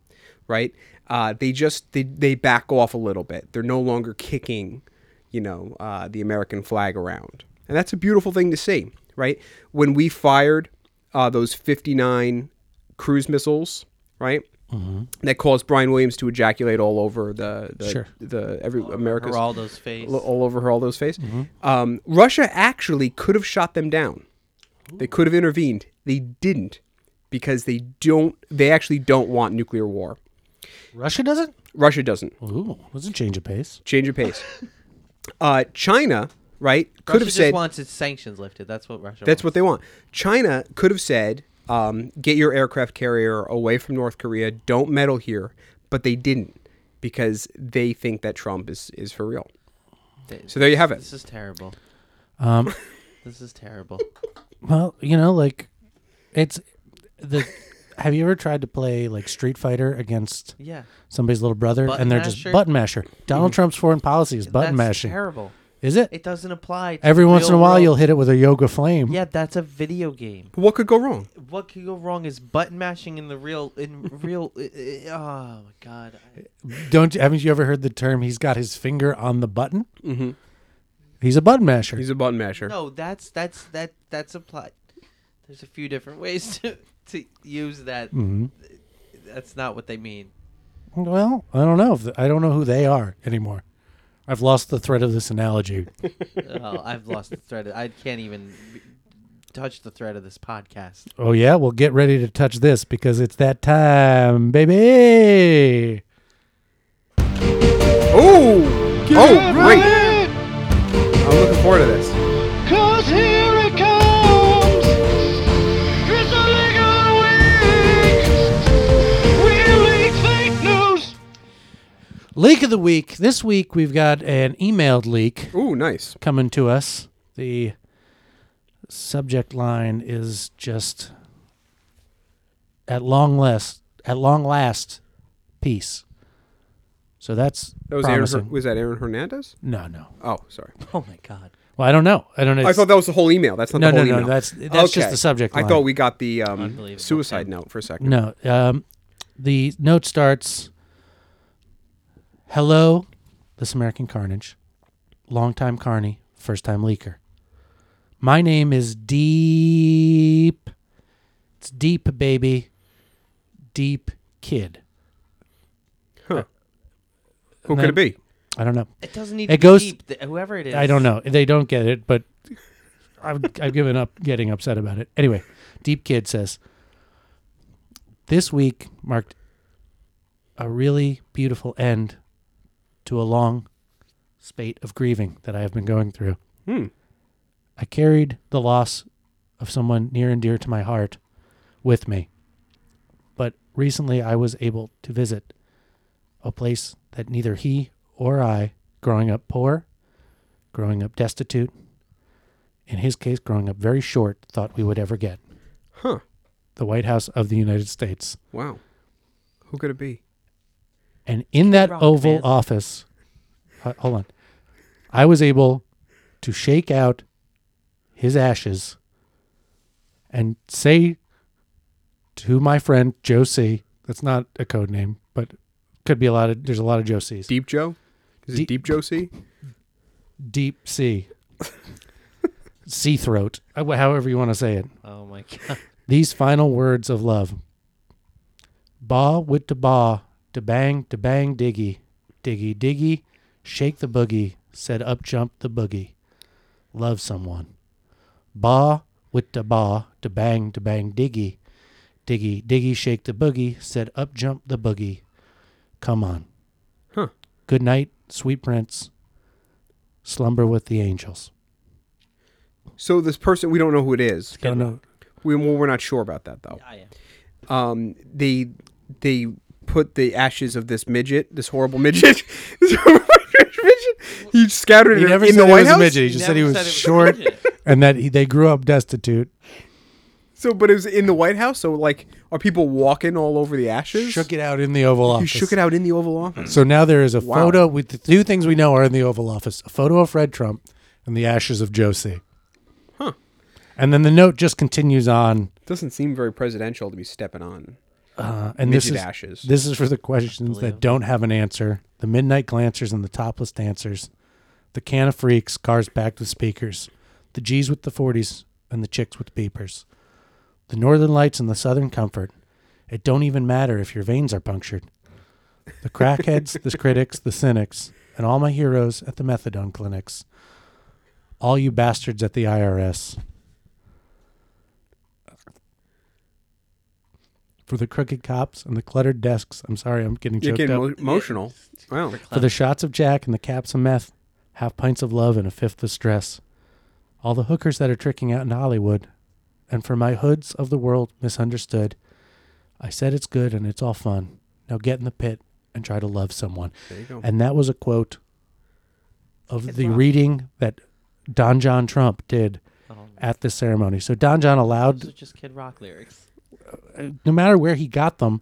Speaker 4: right? Uh, they just they, they back off a little bit. They're no longer kicking, you know, uh, the American flag around, and that's a beautiful thing to see, right? When we fired uh, those fifty nine cruise missiles, right?
Speaker 2: Mm-hmm.
Speaker 4: That caused Brian Williams to ejaculate all over the the,
Speaker 2: Sure.
Speaker 4: the every America's
Speaker 3: Geraldo's face.
Speaker 4: all- all over her all those face. Um, Russia actually could have shot them down. They could have intervened. They didn't because they don't. They actually don't want nuclear war.
Speaker 2: Russia doesn't.
Speaker 4: Russia doesn't
Speaker 2: Ooh, was a change of pace.
Speaker 4: change of pace. uh, China, right, could
Speaker 3: Russia
Speaker 4: have
Speaker 3: just
Speaker 4: said
Speaker 3: wants its sanctions lifted. That's what Russia.
Speaker 4: That's
Speaker 3: wants.
Speaker 4: what they want. China could have said, um, "Get your aircraft carrier away from North Korea. Don't meddle here," but they didn't because they think that Trump is is for real.
Speaker 3: They-
Speaker 4: So there you have it.
Speaker 3: This is terrible.
Speaker 2: Um,
Speaker 3: *laughs* This is terrible.
Speaker 2: Well, you know, like it's the. have you ever tried to play like Street Fighter against
Speaker 3: Yeah.
Speaker 2: somebody's little brother,
Speaker 3: Button
Speaker 2: and they're just
Speaker 3: masher?
Speaker 2: button masher? Donald Trump's foreign policy is button
Speaker 3: That's
Speaker 2: mashing.
Speaker 3: terrible.
Speaker 2: Is it?
Speaker 3: It doesn't apply. To
Speaker 2: Every once in a
Speaker 3: real
Speaker 2: while,
Speaker 3: world-
Speaker 2: you'll hit it with a yoga flame.
Speaker 3: Yeah, that's a video game.
Speaker 4: What could go wrong?
Speaker 3: What could go wrong is button mashing in the real
Speaker 2: *laughs*
Speaker 3: in real. i- i- oh my god. I-
Speaker 2: Don't you- haven't you ever heard the term? He's got his finger on the button. Mm-hmm. He's a button masher.
Speaker 4: He's a button masher.
Speaker 3: No, that's that's that that's applied. There's a few different ways *laughs* to to use that.
Speaker 2: Mm-hmm.
Speaker 3: That's not what they mean.
Speaker 2: well, I don't know. If I don't know who they are anymore. I've lost the thread of
Speaker 3: *laughs*
Speaker 2: this analogy.
Speaker 3: oh, I've lost the thread. I can't even be- touch the thread of this podcast.
Speaker 2: oh yeah, well, get ready to touch this because it's that time, baby.
Speaker 4: Oh, oh, great! I'm looking forward to this.
Speaker 6: Cause here it comes. It's a legal week. Real league fake news.
Speaker 2: Leak of the week. This week we've got an emailed leak
Speaker 4: Ooh, nice.
Speaker 2: coming to us. The subject line is just at long last at long last peace. So that's
Speaker 4: That was Aaron.
Speaker 2: promising.
Speaker 4: Her- was that Aaron Hernandez?
Speaker 2: no, no.
Speaker 4: Oh, sorry.
Speaker 3: Oh my god.
Speaker 2: Well, I don't know. I don't know.
Speaker 4: I thought that was the whole email. That's not
Speaker 2: No,
Speaker 4: the whole
Speaker 2: no, no,
Speaker 4: email.
Speaker 2: that's- that's just the subject
Speaker 4: I
Speaker 2: line.
Speaker 4: thought we got the um,
Speaker 3: Unbelievable.
Speaker 4: suicide note for a second.
Speaker 2: No. Um, the note starts Hello, This American Carnage. longtime carny, first time leaker. My name is Deep. It's Deep, baby. Deep Kid.
Speaker 4: Who could it be?
Speaker 2: I don't know.
Speaker 3: It doesn't need
Speaker 2: It
Speaker 3: to
Speaker 2: goes-
Speaker 3: be deep. Th- Whoever it is.
Speaker 2: I don't know. They don't get it, but I've, I've given up getting upset about it. Anyway, Deep Kid says this week marked a really beautiful end to a long spate of grieving that I have been going through. I carried the loss of someone near and dear to my heart with me. But recently I was able to visit a place that neither he or I, growing up poor, growing up destitute, in his case, growing up very short, thought we would ever get.
Speaker 4: Huh.
Speaker 2: The White House of the United States.
Speaker 4: Wow. Who could it be?
Speaker 2: And in that
Speaker 3: Rock,
Speaker 2: Oval
Speaker 3: man.
Speaker 2: Office, uh, hold on, I was able to shake out his ashes and say to my friend Josie, that's not a code name, but could be a lot of, there's a lot of Josies.
Speaker 4: Deep Joe? Is
Speaker 2: Deep-
Speaker 4: it Deep Joe C?
Speaker 2: Deep sea. sea throat, uh, wh- however you want to say it.
Speaker 3: Oh my god.
Speaker 2: These final words of love. Ba with the ba, da bang, da bang, diggy, diggy, diggy, shake the boogie, said up jump the boogie. Love someone. Ba with the ba, da bang, da bang, diggy, diggy, diggy, shake the boogie, said up jump the boogie. Come on.
Speaker 4: Huh.
Speaker 2: Good night, sweet prince. Slumber with the angels.
Speaker 4: So this person, we don't know who it is.
Speaker 2: Don't know.
Speaker 4: We, well, we're not sure about that though.
Speaker 3: I am.
Speaker 4: Um, they they put the ashes of this midget, this horrible midget, *laughs* this horrible midget. He scattered
Speaker 2: He
Speaker 4: it
Speaker 2: never
Speaker 4: in
Speaker 2: said
Speaker 4: the
Speaker 2: he
Speaker 4: White
Speaker 2: was a
Speaker 4: House.
Speaker 2: midget. He just said he
Speaker 3: Never
Speaker 2: was
Speaker 3: said it was a
Speaker 2: short
Speaker 3: midget.
Speaker 2: *laughs* and that he, they grew up destitute.
Speaker 4: So, but it was in the White House. So, like, are people walking all over the ashes?
Speaker 2: Shook it out in the Oval
Speaker 4: You
Speaker 2: Office.
Speaker 4: shook it out in the Oval Office.
Speaker 2: So now there is a
Speaker 4: Wow.
Speaker 2: photo with the two things we know are in the Oval Office a photo of Fred Trump and the ashes of Josie.
Speaker 4: Huh.
Speaker 2: And then the note just continues on.
Speaker 4: Doesn't seem very presidential to be stepping on.
Speaker 2: Uh, and this
Speaker 4: Midget
Speaker 2: is,
Speaker 4: ashes.
Speaker 2: This is for the questions that don't have an answer the midnight glancers and the topless dancers, the can of freaks, cars packed with speakers, the G's with the 40s and the chicks with beepers, the northern lights and the southern comfort. It don't even matter if your veins are punctured. The crackheads, the critics, the cynics, and all my heroes at the methadone clinics. All you bastards at the IRS. For the crooked cops and the cluttered desks. I'm sorry, I'm getting
Speaker 4: You're
Speaker 2: choked
Speaker 4: getting
Speaker 2: up.
Speaker 4: emo- emotional. Wow.
Speaker 2: For the shots of Jack and the caps of meth, half pints of love and a fifth of stress. All the hookers that are tricking out in Hollywood. And for my hoods of the world misunderstood, I said it's good and it's all fun. Now get in the pit and try to love someone.
Speaker 4: There you go.
Speaker 2: And that was a quote of the reading that Don John Trump did
Speaker 3: Oh,
Speaker 2: at the ceremony. So Don John
Speaker 3: those are
Speaker 2: allowed,
Speaker 3: just Kid Rock lyrics.
Speaker 2: no matter where he got them,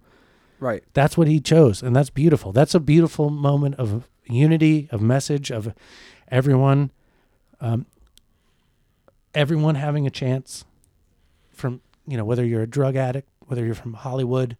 Speaker 4: Right.
Speaker 2: that's what he chose and that's beautiful that's a beautiful moment of unity of message of everyone um, everyone having a chance from you know whether you're a drug addict whether you're from hollywood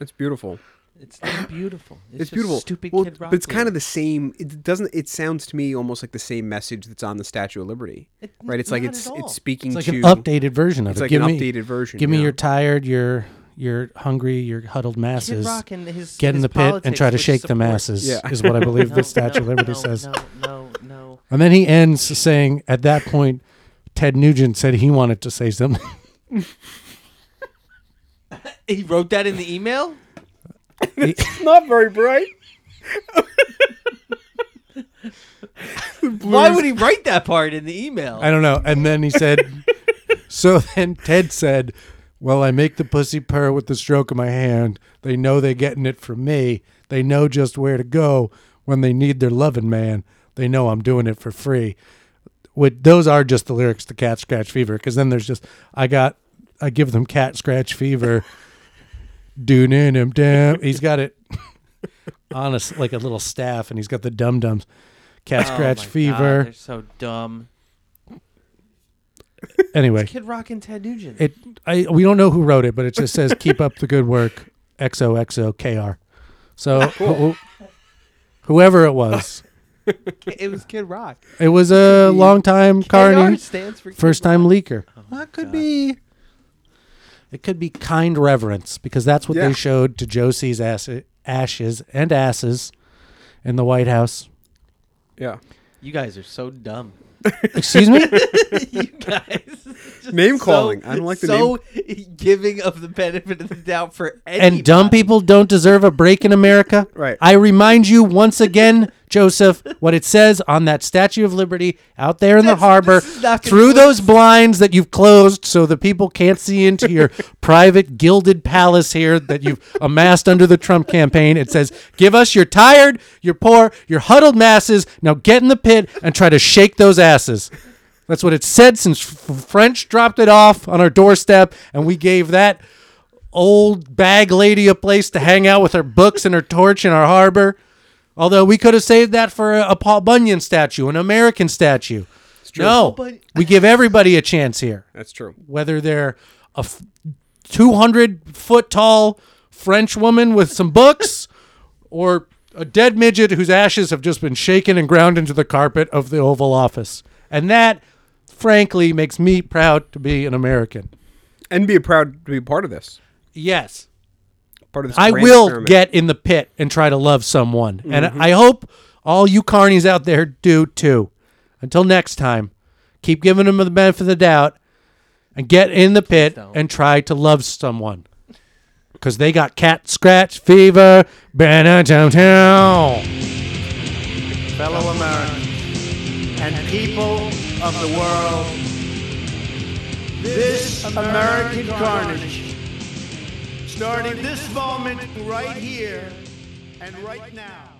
Speaker 4: That's beautiful.
Speaker 3: It's not beautiful. It's,
Speaker 4: It's,
Speaker 3: just
Speaker 4: beautiful.
Speaker 3: Stupid
Speaker 4: Well,
Speaker 3: Kid Rock.
Speaker 4: but it's kind of the same. It doesn't. It sounds to me almost like the same message that's on the Statue of Liberty.
Speaker 3: It-
Speaker 4: right. It's like
Speaker 3: not
Speaker 4: it's
Speaker 3: at all.
Speaker 4: it's speaking
Speaker 2: it's like
Speaker 4: to
Speaker 2: an updated version of
Speaker 4: It's
Speaker 2: it
Speaker 4: like
Speaker 2: give
Speaker 4: an
Speaker 2: me,
Speaker 4: updated version.
Speaker 2: give me
Speaker 4: yeah.
Speaker 2: your tired your your hungry your huddled
Speaker 3: Kid
Speaker 2: masses
Speaker 3: Rock and his
Speaker 2: get in
Speaker 3: his
Speaker 2: the pit and
Speaker 3: politics,
Speaker 2: try to
Speaker 3: which
Speaker 2: shake the
Speaker 3: support-
Speaker 2: masses
Speaker 4: Yeah.
Speaker 2: is what
Speaker 3: *laughs*
Speaker 2: i believe
Speaker 3: No,
Speaker 2: the statue of
Speaker 3: no,
Speaker 2: liberty
Speaker 3: no,
Speaker 2: says
Speaker 3: No, no, no.
Speaker 2: And then he ends saying, at that point, Ted Nugent said he wanted to say something.
Speaker 3: He wrote that in
Speaker 4: *laughs*
Speaker 3: the email.
Speaker 4: not very bright.
Speaker 3: Why would he write that part in the email?
Speaker 2: I don't know. And then he *laughs* said, so then Ted said, well, I make the pussy purr with the stroke of my hand. They know they're getting it from me. They know just where to go when they need their loving man. They know I'm doing it for free. With those are just the lyrics to Cat Scratch Fever, because then there's just I got I give them Cat Scratch *laughs* Fever. Doon in him damn. He's got *laughs* it on a s like a little staff, and he's got the dum dums. Cat
Speaker 3: Oh
Speaker 2: Scratch
Speaker 3: my God,
Speaker 2: Fever.
Speaker 3: they're so dumb.
Speaker 2: anyway,
Speaker 3: Kid Rock and Ted Nugent.
Speaker 2: It I we don't know who wrote it, but it just says keep up the good work. Oh, XOXOKR. So wh- wh- whoever it was,
Speaker 3: It was Kid Rock.
Speaker 2: It was a long time
Speaker 3: NR
Speaker 2: Carney,
Speaker 3: stands for Kid
Speaker 2: first
Speaker 3: Rock.
Speaker 2: time leaker. Well, it could be. It could be kind reverence because that's what
Speaker 4: Yeah.
Speaker 2: they showed to Josie's ass, ashes and asses in the White House.
Speaker 4: Yeah.
Speaker 3: You guys are so dumb. *laughs*
Speaker 2: Excuse *laughs* me.
Speaker 3: you guys.
Speaker 4: Name calling. I don't like the
Speaker 3: so giving of the benefit of the doubt for anybody.
Speaker 2: and dumb people don't deserve a break in America.
Speaker 4: Right.
Speaker 2: I remind you once again, *laughs* Joseph, what it says on that Statue of Liberty out there in the
Speaker 3: That's-
Speaker 2: harbor
Speaker 3: this is not gonna
Speaker 2: through
Speaker 3: work.
Speaker 2: those blinds that you've closed so the people can't see
Speaker 3: *laughs*
Speaker 2: into your private gilded palace here that you've amassed under the Trump campaign. It says, Give us your tired, your poor, your huddled masses. Now get in the pit and try to shake those asses. That's what it said since F- French dropped it off on our doorstep, and we gave that old bag lady a place to hang out with her books and her torch in our harbor. Although we could have saved that for a, a Paul Bunyan statue, an American statue. No,
Speaker 3: Bun-
Speaker 2: we give everybody a chance here,
Speaker 4: That's true.
Speaker 2: whether they're a f- 200 foot tall French woman with some books or a dead midget whose ashes have just been shaken and ground into the carpet of the Oval Office. And that, frankly, makes me proud to be an American.
Speaker 4: And be proud to be part of this.
Speaker 2: Yes.
Speaker 4: Part of this.
Speaker 2: I
Speaker 4: grand
Speaker 2: will
Speaker 4: experiment. Mm-hmm.
Speaker 2: get in the pit and try to love someone. And I hope all you carnies out there do too. Until next time, keep giving them the benefit of the doubt and get in the pit and try to love someone. Because they got cat scratch fever. Banner downtown.
Speaker 1: fellow Americans, and people of the world. This American carnage, starting this moment right here and right now.